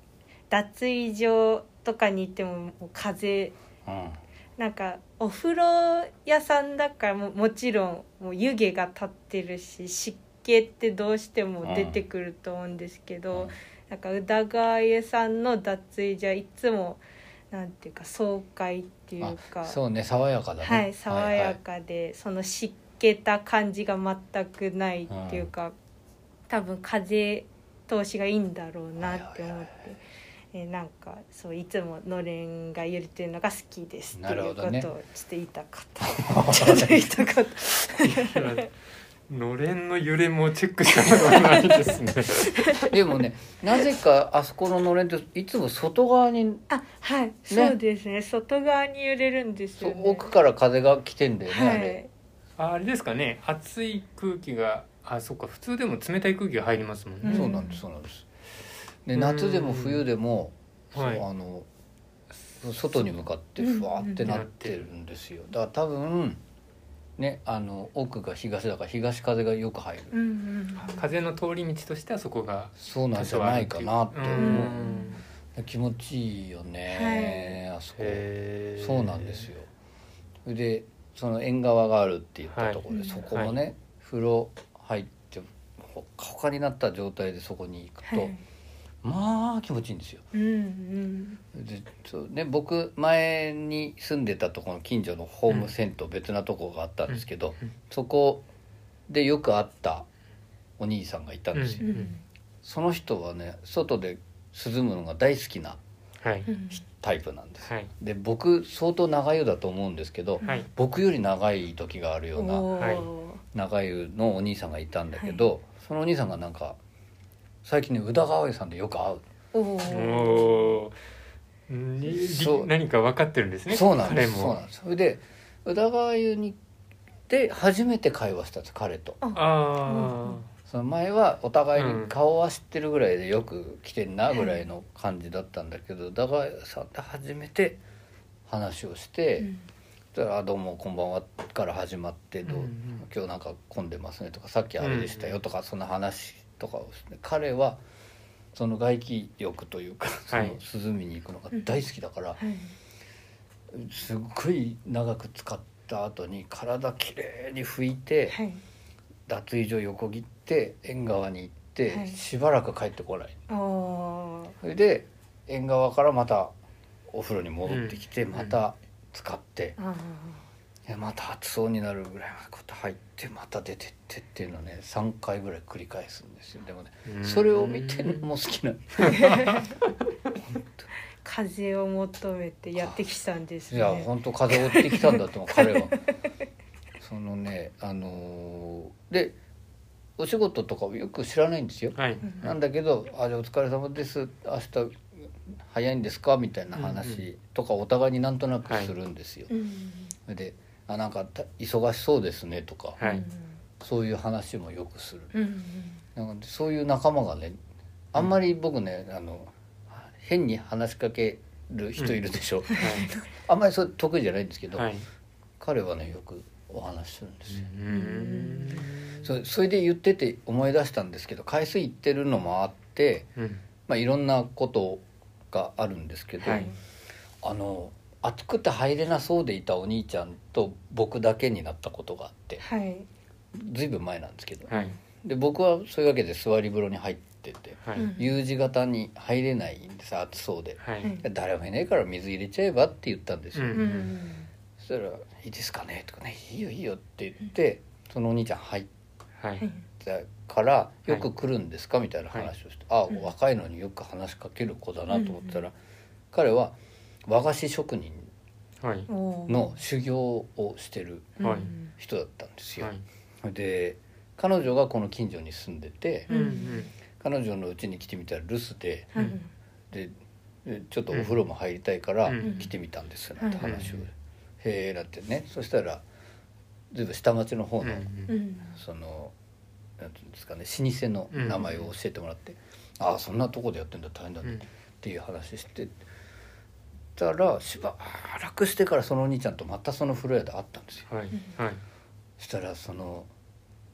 Speaker 5: 脱衣所とかに行ってももう風
Speaker 3: うん、うん
Speaker 5: なんかお風呂屋さんだからももちろんもう湯気が立ってるし湿気ってどうしても出てくると思うんですけど、なんか宇田川家さんの脱衣所はいつもなんていうか爽快っていう
Speaker 3: あ
Speaker 5: か
Speaker 3: そうね爽やかだね
Speaker 5: はい爽
Speaker 3: は
Speaker 5: や
Speaker 3: い
Speaker 5: かで、その湿気た感じが全くないっていうか、多分風通しがいいんだろうなって思って、
Speaker 3: はいはいはいはい
Speaker 5: えーなんかそういつものれんが揺れてるのが好きですって
Speaker 3: ないる
Speaker 5: う
Speaker 3: ほ
Speaker 5: こと
Speaker 3: ど
Speaker 5: をちょ
Speaker 3: ね
Speaker 5: っと言いたかったちょっと言いたかった
Speaker 2: のれんの揺れもチェックしたことがないですね
Speaker 3: でもねなぜかあそこののれんっていつも外側に
Speaker 5: あはい、そうですね外側に揺れるんです
Speaker 3: そ
Speaker 5: よ、
Speaker 3: う
Speaker 5: ね、
Speaker 3: 奥から風が来てんだよね、
Speaker 5: は
Speaker 3: あ
Speaker 5: い
Speaker 3: れ
Speaker 2: ああれですかね熱い空気があそっか普通でも冷たい空気が入りますもんね、
Speaker 5: うん
Speaker 3: そうなんですそうなんですで
Speaker 2: うん
Speaker 3: 夏でも冬でも、そう
Speaker 2: はい
Speaker 3: あの外に向かってふわーってなってるんですよだから多分ねあの奥が東だから東風がよく入る
Speaker 5: うんうん
Speaker 2: 風の通り道としてはそこが
Speaker 3: そうなんじゃないかなと
Speaker 2: う
Speaker 3: 思う、
Speaker 2: ん
Speaker 3: 気持ちいいよね、あそこ
Speaker 2: へー
Speaker 3: そうなんですよそれでその縁側があるって言ったところで、
Speaker 5: はい
Speaker 3: そこもね、風呂入ってほかほかになった状態でそこに行く
Speaker 5: は
Speaker 3: と、
Speaker 5: い
Speaker 3: まあ気持ちいいんですよ
Speaker 5: うんうん
Speaker 3: でそうね、僕前に住んでたところの近所のホームセント、別なとこがあったんですけど、
Speaker 2: うん
Speaker 3: そこでよく会ったお兄さんがいたんですよ、
Speaker 5: うんうん
Speaker 3: その人はね外で涼むのが大好きな
Speaker 2: はい
Speaker 5: うん
Speaker 3: タイプなんです
Speaker 2: はい
Speaker 3: で僕相当長湯だと思うんですけど、
Speaker 2: はい
Speaker 3: 僕より長い時があるような
Speaker 5: おー
Speaker 2: はい
Speaker 3: 長湯のお兄さんがいたんだけど、そのお兄さんがなんか最近ね宇田川さんでよく会う
Speaker 5: おー
Speaker 2: おーんり
Speaker 3: そう
Speaker 2: 何か分かってるんですね
Speaker 3: そうなんです
Speaker 2: 彼
Speaker 3: そう
Speaker 2: も
Speaker 3: なんですそれで宇田川湯にで初めて会話したんです彼と
Speaker 2: あ
Speaker 3: その前はお互いに顔は知ってるぐらいでよく来てんなぐらいの感じだったんだけど宇田川さんって初めて話をして、
Speaker 5: うん
Speaker 3: そしたらあ「どうもこんばんは」から始まってどう、
Speaker 2: うんうん
Speaker 3: 今日なんか混んでますね」とか「さっきあれでしたよ」とか、そんな話とかをして彼はその外気浴というか、
Speaker 2: はい
Speaker 3: その涼みに行くのが大好きだから、
Speaker 5: はい
Speaker 3: すっごい長く使った後に体きれいに拭いて、
Speaker 5: はい
Speaker 3: 脱衣所横切って縁側に行って、
Speaker 5: はい
Speaker 3: しばらく帰ってこない
Speaker 5: おー
Speaker 3: それで縁側からまたお風呂に戻ってきて、
Speaker 2: うん
Speaker 3: また使って、
Speaker 5: あ
Speaker 3: でまた暑そうになるぐらいまでこうやって入ってまた出てってっていうのをね3回ぐらい繰り返すんですよでもね
Speaker 2: ー
Speaker 3: それを見てるのも好きなんです
Speaker 5: ー風を求めてやってきたんです
Speaker 3: い
Speaker 5: ね
Speaker 3: や本当風邪を追ってきたんだと思う彼は そのねあのーでお仕事とかをよく知らないんですよ
Speaker 2: はい
Speaker 3: なんだけど「あじゃあお疲れ様です明日早いんですか?」みたいな話とかお互いになんとなくするんですよ。
Speaker 5: うん
Speaker 3: であなんかた忙しそうですね」とか
Speaker 2: はい
Speaker 5: うん
Speaker 3: 「そういう話もよくする
Speaker 5: うんうん
Speaker 3: なんかそういう仲間がねあんまり僕ね、あの変に話しかける人いるでしょ、 あんまりそれ得意じゃないんですけど、
Speaker 2: はい。
Speaker 3: 彼はねよくお話しするんですよ、
Speaker 2: うん。
Speaker 3: そそれで言ってて思い出したんですけど海水行ってるのもあって、
Speaker 2: うん。
Speaker 3: まあ、いろんなことがあるんですけど、
Speaker 2: はい
Speaker 3: あの暑くて入れなそうでいたお兄ちゃんと僕だけになったことがあって
Speaker 5: はい
Speaker 3: ずいぶん前なんですけど
Speaker 2: はい。
Speaker 3: で僕はそういうわけで座り風呂に入ってて
Speaker 2: はい。
Speaker 5: うん
Speaker 3: U 字型に入れないんです暑そうで
Speaker 2: はい。
Speaker 3: 誰もいないから水入れちゃえばって言ったんですよ、
Speaker 2: う
Speaker 5: うんん
Speaker 3: そしたら「いいですかね?」とかね「いいよいいよ」って言ってそのお兄ちゃん入っ
Speaker 2: は
Speaker 5: はい
Speaker 2: い。
Speaker 3: たから「よく来るんですか?」みたいな話をして「
Speaker 5: う
Speaker 3: あ
Speaker 5: ん
Speaker 3: あ若いのによく話しかける子だな」と思ったら彼は和菓子職人
Speaker 2: はい。
Speaker 5: おー
Speaker 3: の修行をしてる
Speaker 2: はい
Speaker 5: うん
Speaker 3: 人だったんですよ
Speaker 2: は。い。
Speaker 3: で彼女がこの近所に住んでて
Speaker 2: うん。うん。
Speaker 3: 彼女の家に来てみたら留守で
Speaker 5: はい
Speaker 2: うん
Speaker 3: ででちょっとお風呂も入りたいから
Speaker 2: うん
Speaker 3: 来てみたんですなんて話を
Speaker 2: うん
Speaker 3: 「へえ」だってねそしたらずいぶん下町の方
Speaker 2: うん
Speaker 3: の
Speaker 5: うん
Speaker 3: そのなんていうんですかね老舗の名前を教えてもらって「ああそんなとこでやってんだ大変だ
Speaker 2: う
Speaker 3: ね」
Speaker 2: ん
Speaker 3: っていう話してたらしばらくしてからそのお兄ちゃんとまたその風呂屋で会ったんですよ。
Speaker 2: はい。はい。
Speaker 3: したらその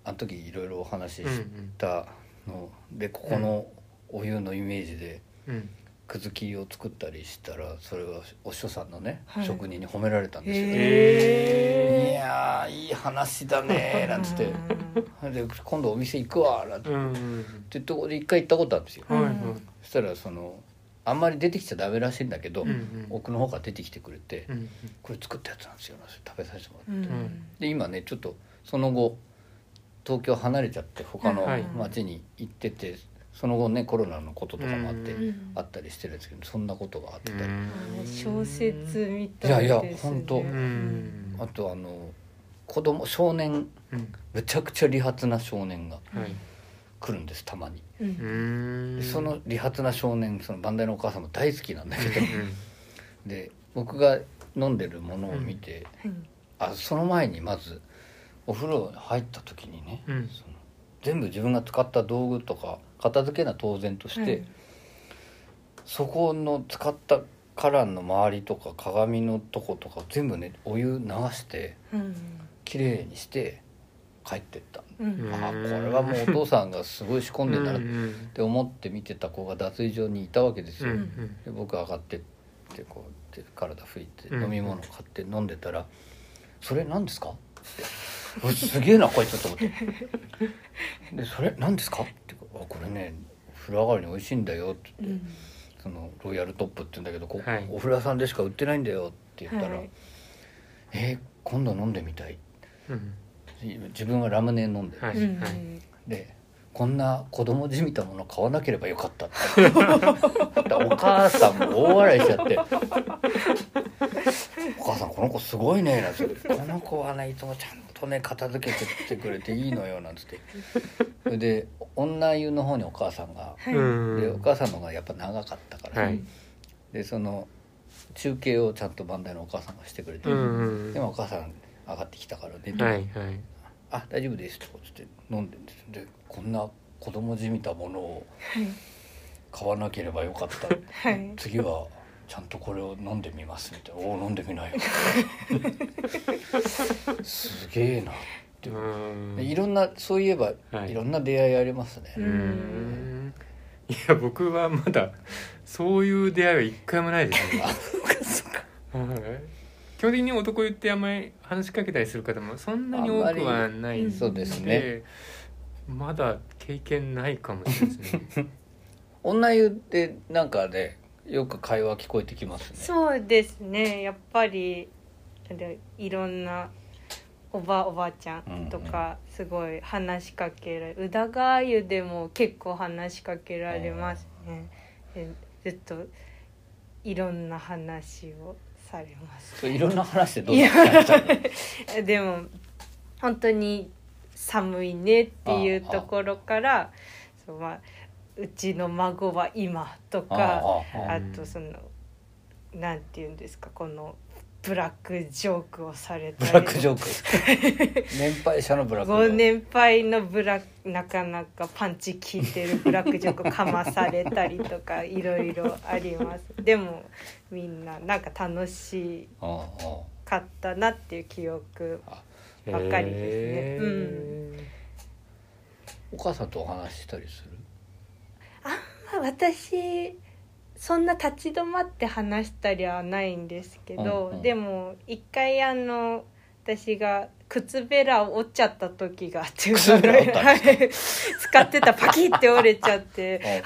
Speaker 3: あの時いろいろお話し
Speaker 2: うんう
Speaker 3: し
Speaker 2: ん。
Speaker 3: たの、でここのお湯のイメージで
Speaker 2: うん。
Speaker 3: くずきを作ったりしたらそれはお師匠さんのね、
Speaker 5: はい
Speaker 3: 職人に褒められたんですよ、
Speaker 5: へ
Speaker 3: いやーいい話だねーなんつってで今度お店行くわーなんて
Speaker 2: うん。うん。
Speaker 3: ってとこで一回行ったことあるんですよ
Speaker 2: はい。はい。
Speaker 3: そしたらそのあんまり出てきちゃダメらしいんだけど、
Speaker 2: うんうん
Speaker 3: 奥の方から出てきてくれて、
Speaker 2: うん。
Speaker 3: これ作ったやつなんですよなんて食べさせてもらって。
Speaker 5: うん
Speaker 2: ん
Speaker 3: で今ねちょっとその後東京離れちゃって他の
Speaker 2: はい
Speaker 3: 町に行ってて、その後ねコロナのこととかもあって、
Speaker 2: う
Speaker 5: うん
Speaker 3: あったりしてるんですけどそんなことがあってたり、
Speaker 5: あー小説みた
Speaker 3: い
Speaker 5: い
Speaker 3: やいや
Speaker 5: ですね
Speaker 3: 本当
Speaker 2: うん。
Speaker 3: あとあの子供少年
Speaker 2: うん。
Speaker 3: むちゃくちゃ理髪な少年が
Speaker 2: はい。
Speaker 3: 来るんですたまに、
Speaker 5: うん
Speaker 2: う
Speaker 3: で
Speaker 2: ん。
Speaker 3: その理髪な少年その番台のお母さんも大好きなんだけど、
Speaker 2: う
Speaker 3: で僕が飲んでるものを見て、
Speaker 5: うん
Speaker 3: あその前にまずお風呂入った時にね、
Speaker 2: ん。うん。
Speaker 3: その全部自分が使った道具とか片付けな当然として、
Speaker 5: はい
Speaker 3: そこの使ったカランの周りとか鏡のとことか全部ねお湯流して
Speaker 5: うん
Speaker 3: 綺麗にして帰ってった、
Speaker 5: うん
Speaker 2: うん
Speaker 3: あこれはもうお父さんがすごい仕込んでんだなっ
Speaker 2: うん。
Speaker 3: て思って見てた子が脱衣所にいたわけです
Speaker 2: う
Speaker 3: よ、
Speaker 2: ん。
Speaker 3: で僕上がってってこうやって体拭いて
Speaker 2: うん
Speaker 3: 飲み物買って飲んでたら「それ何ですか?」ってうわ「すげえなこいつ」と思って「でそれ何ですか?」って「あこれね風呂上がりに美味しいんだよ」って
Speaker 5: う
Speaker 3: 言って、
Speaker 5: ん
Speaker 3: そのロイヤルトップって言うんだけどこ、
Speaker 2: はい
Speaker 3: お風呂屋さんでしか売ってないんだよ」って言ったら「
Speaker 5: はい
Speaker 3: えー今度飲んでみたい
Speaker 2: うん。」
Speaker 3: 自分はラムネ飲んで、
Speaker 2: はい。
Speaker 5: うん
Speaker 2: はい。
Speaker 3: でこんな子供じみたもの買わなければよかったってお母さんも大笑いしちゃって「お母さんこの子すごいね」なんつって「この子はねいつもちゃんとね片付けてってくれていいのよ」なんつってそれで女湯の方にお母さんが
Speaker 5: はい
Speaker 3: でお
Speaker 2: ん。
Speaker 3: 母さんの方がやっぱ長かったから、
Speaker 2: はい。
Speaker 3: でその中継をちゃんと番台のお母さんがしてくれて、
Speaker 2: うん。
Speaker 3: でもお母さん上がってきたから寝て、
Speaker 2: はい。はい。
Speaker 3: あ大丈夫です」とかつって飲んでんですでこんな子供じみたものを買わなければよかっ た
Speaker 5: はい
Speaker 3: 次はちゃんとこれを飲んでみますみたいな「おお飲んでみ なよ」すげえなって、
Speaker 2: うん。
Speaker 3: でいろんなそういえば、
Speaker 2: はい
Speaker 3: い、ろんな出会いありますね、
Speaker 5: う
Speaker 2: うんんいや僕はまだそういう出会いは一回もないですね。はい基本的に男湯ってあんまり話しかけたりする方もそんなに多くはない
Speaker 5: あんまり
Speaker 2: ん
Speaker 3: そうですね
Speaker 2: まだ経験ないかもしれないですね。
Speaker 3: 女湯ってなんかねよく会話聞こえてきますね
Speaker 5: そうですねやっぱりなんだろういろんなおばおばあちゃんとかすごい話しかけられ宇田川湯でも結構話しかけられますねでずっといろんな話をされます
Speaker 3: そういろんな話でどうぞ話しちゃうの
Speaker 5: えでも本当に寒いねっていうところからそう、まあ、うちの孫は今とか
Speaker 3: ああああ
Speaker 5: あとそのなんて言うんですかこのブラックジョークをされた
Speaker 3: ブ
Speaker 5: り
Speaker 3: ラックジョーク年配者のブラックジョー
Speaker 5: ご
Speaker 3: ク
Speaker 5: 年配のブラなかなかパンチ効いてるブラックジョークかまされたりとかいろいろありますでもみんななんか楽し
Speaker 3: ああああ
Speaker 5: かったなっていう記憶
Speaker 2: ば
Speaker 5: ばっかりですね
Speaker 3: お母さんとお話ししたりする
Speaker 5: まあ私そんな立ち止まって話したりはないんですけど、
Speaker 3: うんうん
Speaker 5: でも一回あの私が靴べらを折っちゃった時があって
Speaker 3: 靴べら折ったん
Speaker 5: はい使ってたパキって折れちゃって
Speaker 3: うん
Speaker 5: ああど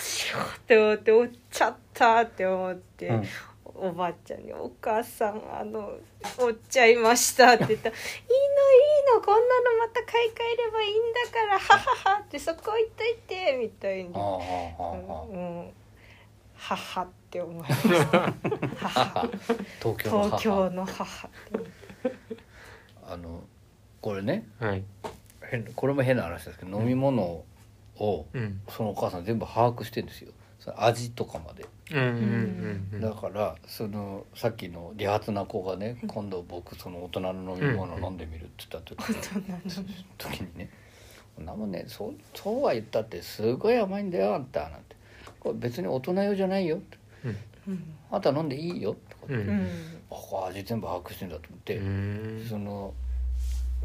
Speaker 5: うしようって思って折っちゃったって思って。
Speaker 3: うん
Speaker 5: おばあちゃんに「お母さんあの折っちゃいました」って言ったら「いいのいいのこんなのまた買い替えればいいんだからははは」ってそこ置いといてみたいに
Speaker 3: あああああ
Speaker 5: もう母って思いました。母
Speaker 3: あ東京の母
Speaker 5: 東京の母って思いま
Speaker 3: あのこれね
Speaker 2: はい、
Speaker 3: 変これも変な話ですけど飲み物を、
Speaker 2: うん、
Speaker 3: そのお母さん全部把握してるんですよその味とかまで、
Speaker 2: うんうんうんう
Speaker 3: だ
Speaker 2: ん
Speaker 3: からそのさっきの理髪な子がね今度僕その大人の飲み物飲んでみるって言った時に
Speaker 5: した大人の
Speaker 3: 時にね「こんなもんねそうそうは言ったってすごい甘いんだよあんた」なんて「これ別に大人用じゃないよ」って
Speaker 5: うん
Speaker 3: 「あんた飲んでいいよ」ってこと
Speaker 2: う
Speaker 3: で、
Speaker 5: うんん
Speaker 3: あこれ味全部把握してんだと思っ
Speaker 2: う
Speaker 3: て、
Speaker 2: ん
Speaker 3: その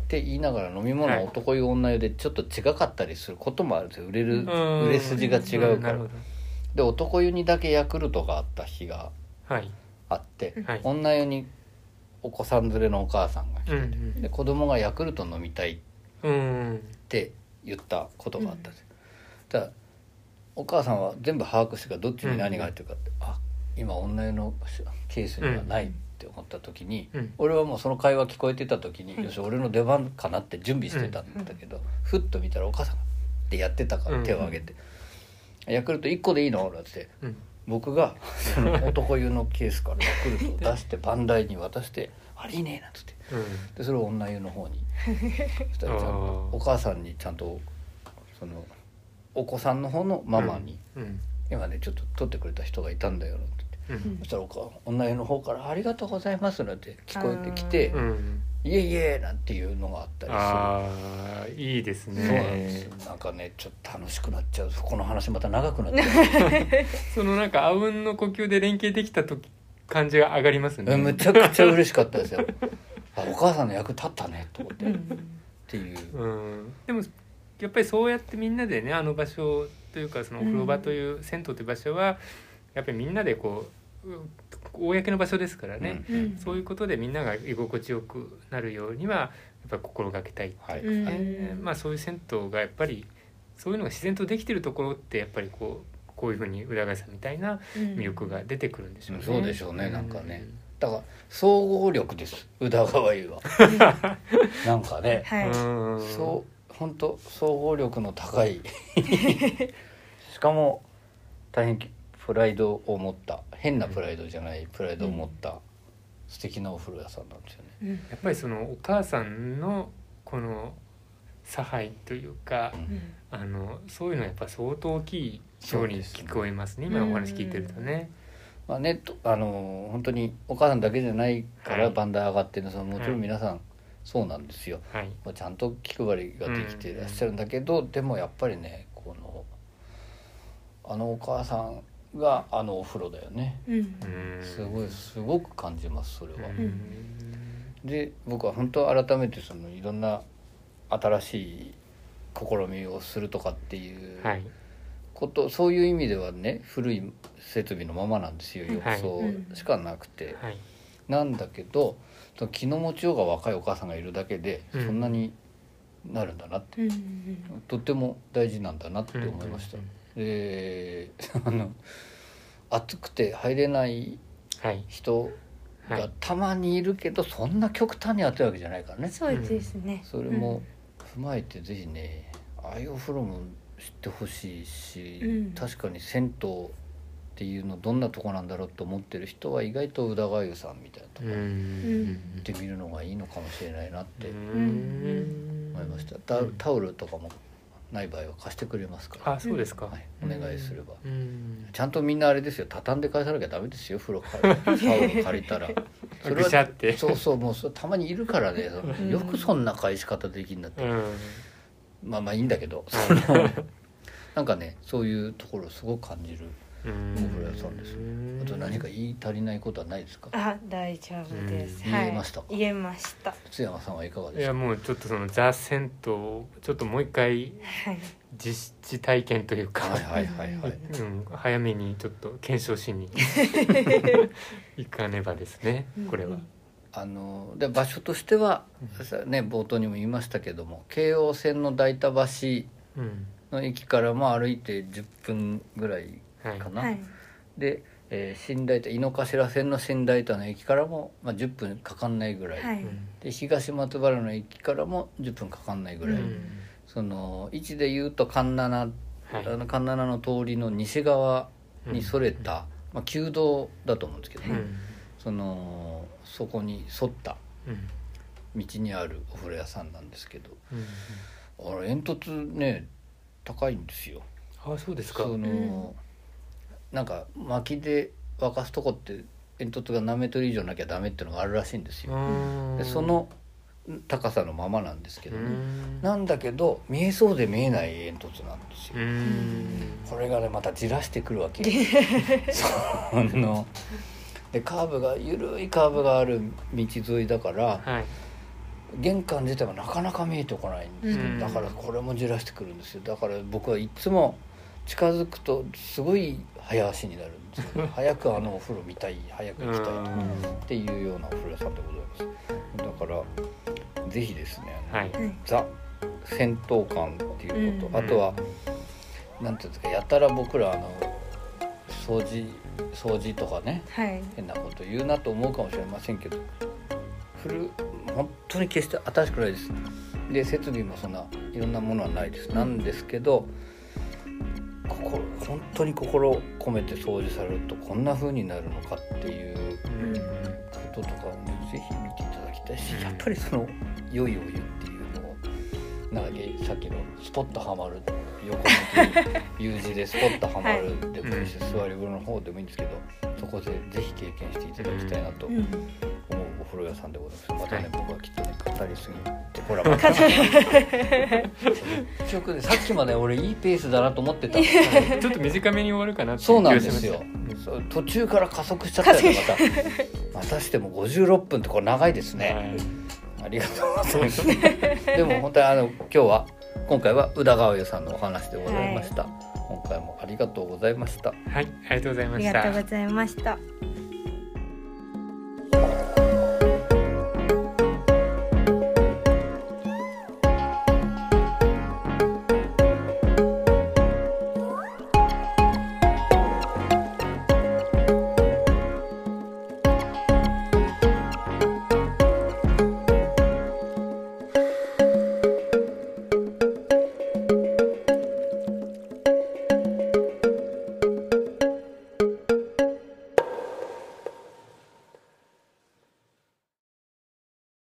Speaker 3: って言いながら飲み物は男用女用でちょっと違かったりすることもあるんですよ売れる、
Speaker 2: うん
Speaker 3: 売れ筋が違うから、
Speaker 2: なるほど
Speaker 3: で男湯にだけヤクルトがあった日が
Speaker 2: はい
Speaker 3: あって、
Speaker 2: はい
Speaker 3: 女湯にお子さん連れのお母さんが来て
Speaker 2: う
Speaker 3: て、
Speaker 2: ん
Speaker 3: で子供がヤクルト飲みたいっ
Speaker 2: うんうん
Speaker 3: って言ったことがあったんですよ、だからお母さんは全部把握してからどっちに何が入ってるかって、あ今女湯のケースにはないって思った時に、
Speaker 2: うん
Speaker 3: 俺はもうその会話聞こえてた時に、
Speaker 5: うん
Speaker 3: よし俺の出番かなって準備してたんだけど、ふっと見たらお母さんがってやってたから
Speaker 2: うん
Speaker 3: 手を挙げて「ヤクルト1個でいいの?」って言って
Speaker 2: うん
Speaker 3: 僕がその男湯のケースからヤクルトを出して番台に渡して「あれいいね」なんつって
Speaker 2: うん
Speaker 3: でそれを女湯の方にそしたらちゃんと
Speaker 2: あー
Speaker 3: お母さんにちゃんとそのお子さんの方のママに
Speaker 2: うん
Speaker 3: 「今ねちょっと取ってくれた人がいたんだよ」って言って
Speaker 2: うん
Speaker 3: そしたらお母女湯の方から「ありがとうございます」なんて聞こえてきて
Speaker 2: う
Speaker 5: あ
Speaker 2: ん
Speaker 3: 「いえいえ」なんていうのがあったりする。
Speaker 2: ああいいです
Speaker 3: そうなんです
Speaker 2: ね
Speaker 3: よなんかねちょっと楽しくなっちゃうこの話また長くなっちゃう
Speaker 2: そのなんかあうんの呼吸で連携できた時感じが上がりますね
Speaker 3: うんむちゃくちゃ嬉しかったですよあお母さんの役立ったねと思って、
Speaker 5: う
Speaker 3: っ
Speaker 5: ん
Speaker 3: ていう
Speaker 2: うん、でもやっぱりそうやってみんなでねあの場所というかそのお風呂場という、銭湯という場所はやっぱりみんなでこうう公の場所ですからね、
Speaker 3: うん
Speaker 5: うん
Speaker 2: そういうことでみんなが居心地よくなるようにはやっぱり心がけたい、
Speaker 3: はい、
Speaker 5: うん
Speaker 3: はい
Speaker 2: えーまあそういう銭湯がやっぱりそういうのが自然とできてるところってやっぱりこうこういうふうに浦賀さんみたいな魅力が出てくるんでしょうね。
Speaker 3: そうでしょうねなんかねだから総合力です宇田川優はなんかね
Speaker 2: う
Speaker 5: は
Speaker 2: ん。
Speaker 5: い
Speaker 2: うん
Speaker 3: そう本当総合力の高いしかも大変プライドを持った変なプライドじゃないプライドを持った素敵なお風呂屋さんなんですよね
Speaker 5: うん
Speaker 2: やっぱりそのお母さんのこの差配というか
Speaker 5: うん
Speaker 2: あのそういうのはやっぱ相当大きいように聞こえますね
Speaker 5: そうですね
Speaker 2: 今お話聞いてるとね。
Speaker 3: まあねとあのー本当にお母さんだけじゃないか
Speaker 2: は
Speaker 3: ら
Speaker 2: い
Speaker 3: バンダー上がってるのそのもちろ
Speaker 2: はい
Speaker 3: ん皆さんそうなんですよ
Speaker 2: はい、
Speaker 3: まあちゃんと気配りができていらっしゃるんだけど、でもやっぱりねこのあのお母さんがあのお風呂だよね
Speaker 5: うん
Speaker 2: うん
Speaker 3: すごいすごく感じますそれは。
Speaker 2: うん
Speaker 3: で僕は本当改めてそのいろんな新しい試みをするとかっていう
Speaker 2: はい、
Speaker 3: こと、そういう意味ではね古い設備のままなんですよ浴槽しかなくて。
Speaker 2: はい、
Speaker 3: なんだけどその気の持ちようが若いお母さんがいるだけで
Speaker 2: うん
Speaker 3: そんなになるんだなって、
Speaker 5: うん
Speaker 3: とっても大事なんだなって思いました。
Speaker 2: うんうん
Speaker 3: であの暑くて入れない
Speaker 2: はい、
Speaker 3: 人
Speaker 2: は
Speaker 3: が
Speaker 2: い、
Speaker 3: たまにいるけど、そんな極端に暑いわけじゃないからね
Speaker 5: そうですね
Speaker 3: それも踏まえてぜひねああいうお風呂も知ってほしいし、
Speaker 5: うん
Speaker 3: 確かに銭湯っていうのどんなとこなんだろうと思ってる人は意外と宇田川湯さんみたいなと
Speaker 2: う
Speaker 3: こ
Speaker 2: ん
Speaker 3: 行ってみるのがいいのかもしれないなって
Speaker 2: うん
Speaker 3: 思いました、タタオルとかもない場合は貸してくれますから、
Speaker 2: あ、そうですか。
Speaker 3: はい、お願いすれば、
Speaker 2: うん
Speaker 3: ちゃんとみんなあれですよ畳んで返さなきゃダメですよ風呂からタオル借りたらそれは
Speaker 2: ぐしゃって
Speaker 3: そうそうもうそれたまにいるからねその
Speaker 5: うん
Speaker 3: よくそんな返し方できんなって、
Speaker 2: うん
Speaker 3: まあまあいいんだけどそのなんかねそういうところをすごく感じる
Speaker 2: うん
Speaker 3: 小倉さんですあと何か言い足りないことはないですか
Speaker 5: あ大丈夫です、
Speaker 2: うん
Speaker 5: はい、
Speaker 3: 言えましたか
Speaker 5: 言えました
Speaker 3: 津山さんはいかが
Speaker 2: い
Speaker 3: です
Speaker 2: や
Speaker 3: か
Speaker 2: もうちょっとそのザ・銭湯をちょっともう一回
Speaker 5: はい
Speaker 2: 実地体験というか、
Speaker 3: はいはいはいはい、
Speaker 2: うん、早めにちょっと検証しに行かねばですねこれは、
Speaker 3: あので場所としては、ね、冒頭にも言いましたけども京王線の代田橋
Speaker 2: うん
Speaker 3: の駅からも歩いて10分ぐらい
Speaker 2: はい
Speaker 3: かな、
Speaker 5: はい
Speaker 3: で、えー新大田井の頭線の新大田の駅からも、まあ、10分かかんないぐらい、
Speaker 5: はい
Speaker 2: うん
Speaker 3: で東松原の駅からも10分かかんないぐらい、
Speaker 5: う
Speaker 2: うんん
Speaker 3: その位置で言うと環七、
Speaker 2: はい
Speaker 3: あの環七の通りの西側にそれた、まあ、旧道だと思うんですけど
Speaker 2: う
Speaker 3: ね、
Speaker 2: ん
Speaker 3: そのそこに沿った
Speaker 2: うん
Speaker 3: 道にあるお風呂屋さんなんですけど
Speaker 2: うん
Speaker 3: あれ煙突ね高いんですよ
Speaker 2: あそうですか
Speaker 3: その、なんか薪で沸かすとこって煙突が何メートル以上なきゃダメっていうのがあるらしいんですよ、
Speaker 2: で
Speaker 3: でその高さのままなんですけどね、
Speaker 2: ん
Speaker 3: なんだけど見えそうで見えない煙突なんですよ、
Speaker 2: うん
Speaker 3: これがねまたじらしてくるわけそのでカーブが緩いカーブがある道沿いだから
Speaker 2: はい
Speaker 3: 玄関自体はなかなか見えてこないんですよ、
Speaker 2: うん
Speaker 3: だからこれもじらしてくるんですよだから僕はいつも近づくとすごい早足になるんですよ ね早くあのお風呂見たい早く行きたいとっていうようなお風呂屋さんでございますだからぜひですね、あの
Speaker 2: はい
Speaker 5: はい
Speaker 3: ザ戦闘感っていうこと、
Speaker 2: うん
Speaker 3: あとはなんていうんですかやたら僕らあの掃除掃除とかね
Speaker 5: はい
Speaker 3: 変なこと言うなと思うかもしれませんけど古本当に決して新しくないですで設備もそんないろんなものはないですなんですけど心本当に心を込めて掃除されるとこんな風になるのかっていう
Speaker 2: うん
Speaker 3: こととかをねぜひ見ていただきたいし、
Speaker 2: うん
Speaker 3: やっぱりその良いお湯っていうのをなんだっけさっきのスポッとはまる横向きに U 字でスポッとはまるでもいいし、座り風呂の方でもいいんですけどそこでぜひ経験していただきたいなと
Speaker 5: う
Speaker 3: 思うんお風呂屋さんでございますまたね、
Speaker 2: はい
Speaker 3: 僕はきっとね語りすぎてほらまた結局ねさっきまで俺いいペースだなと思ってたの
Speaker 2: ちょっと短めに終わるかなってい
Speaker 3: そう
Speaker 2: 気
Speaker 3: なん
Speaker 2: が
Speaker 3: で
Speaker 2: しますした
Speaker 3: よ。そう途中から 加速しちゃったよねまた。またしても56分ってこれ長いですね。
Speaker 2: はい
Speaker 3: ありがとうございます。でも本当にあの今日は今回は宇田川優さんのお話でございました。今回もありがとうございました。
Speaker 2: はいありがとうござい
Speaker 5: あ
Speaker 2: ま
Speaker 5: り
Speaker 2: し
Speaker 5: がと
Speaker 2: た
Speaker 5: うございました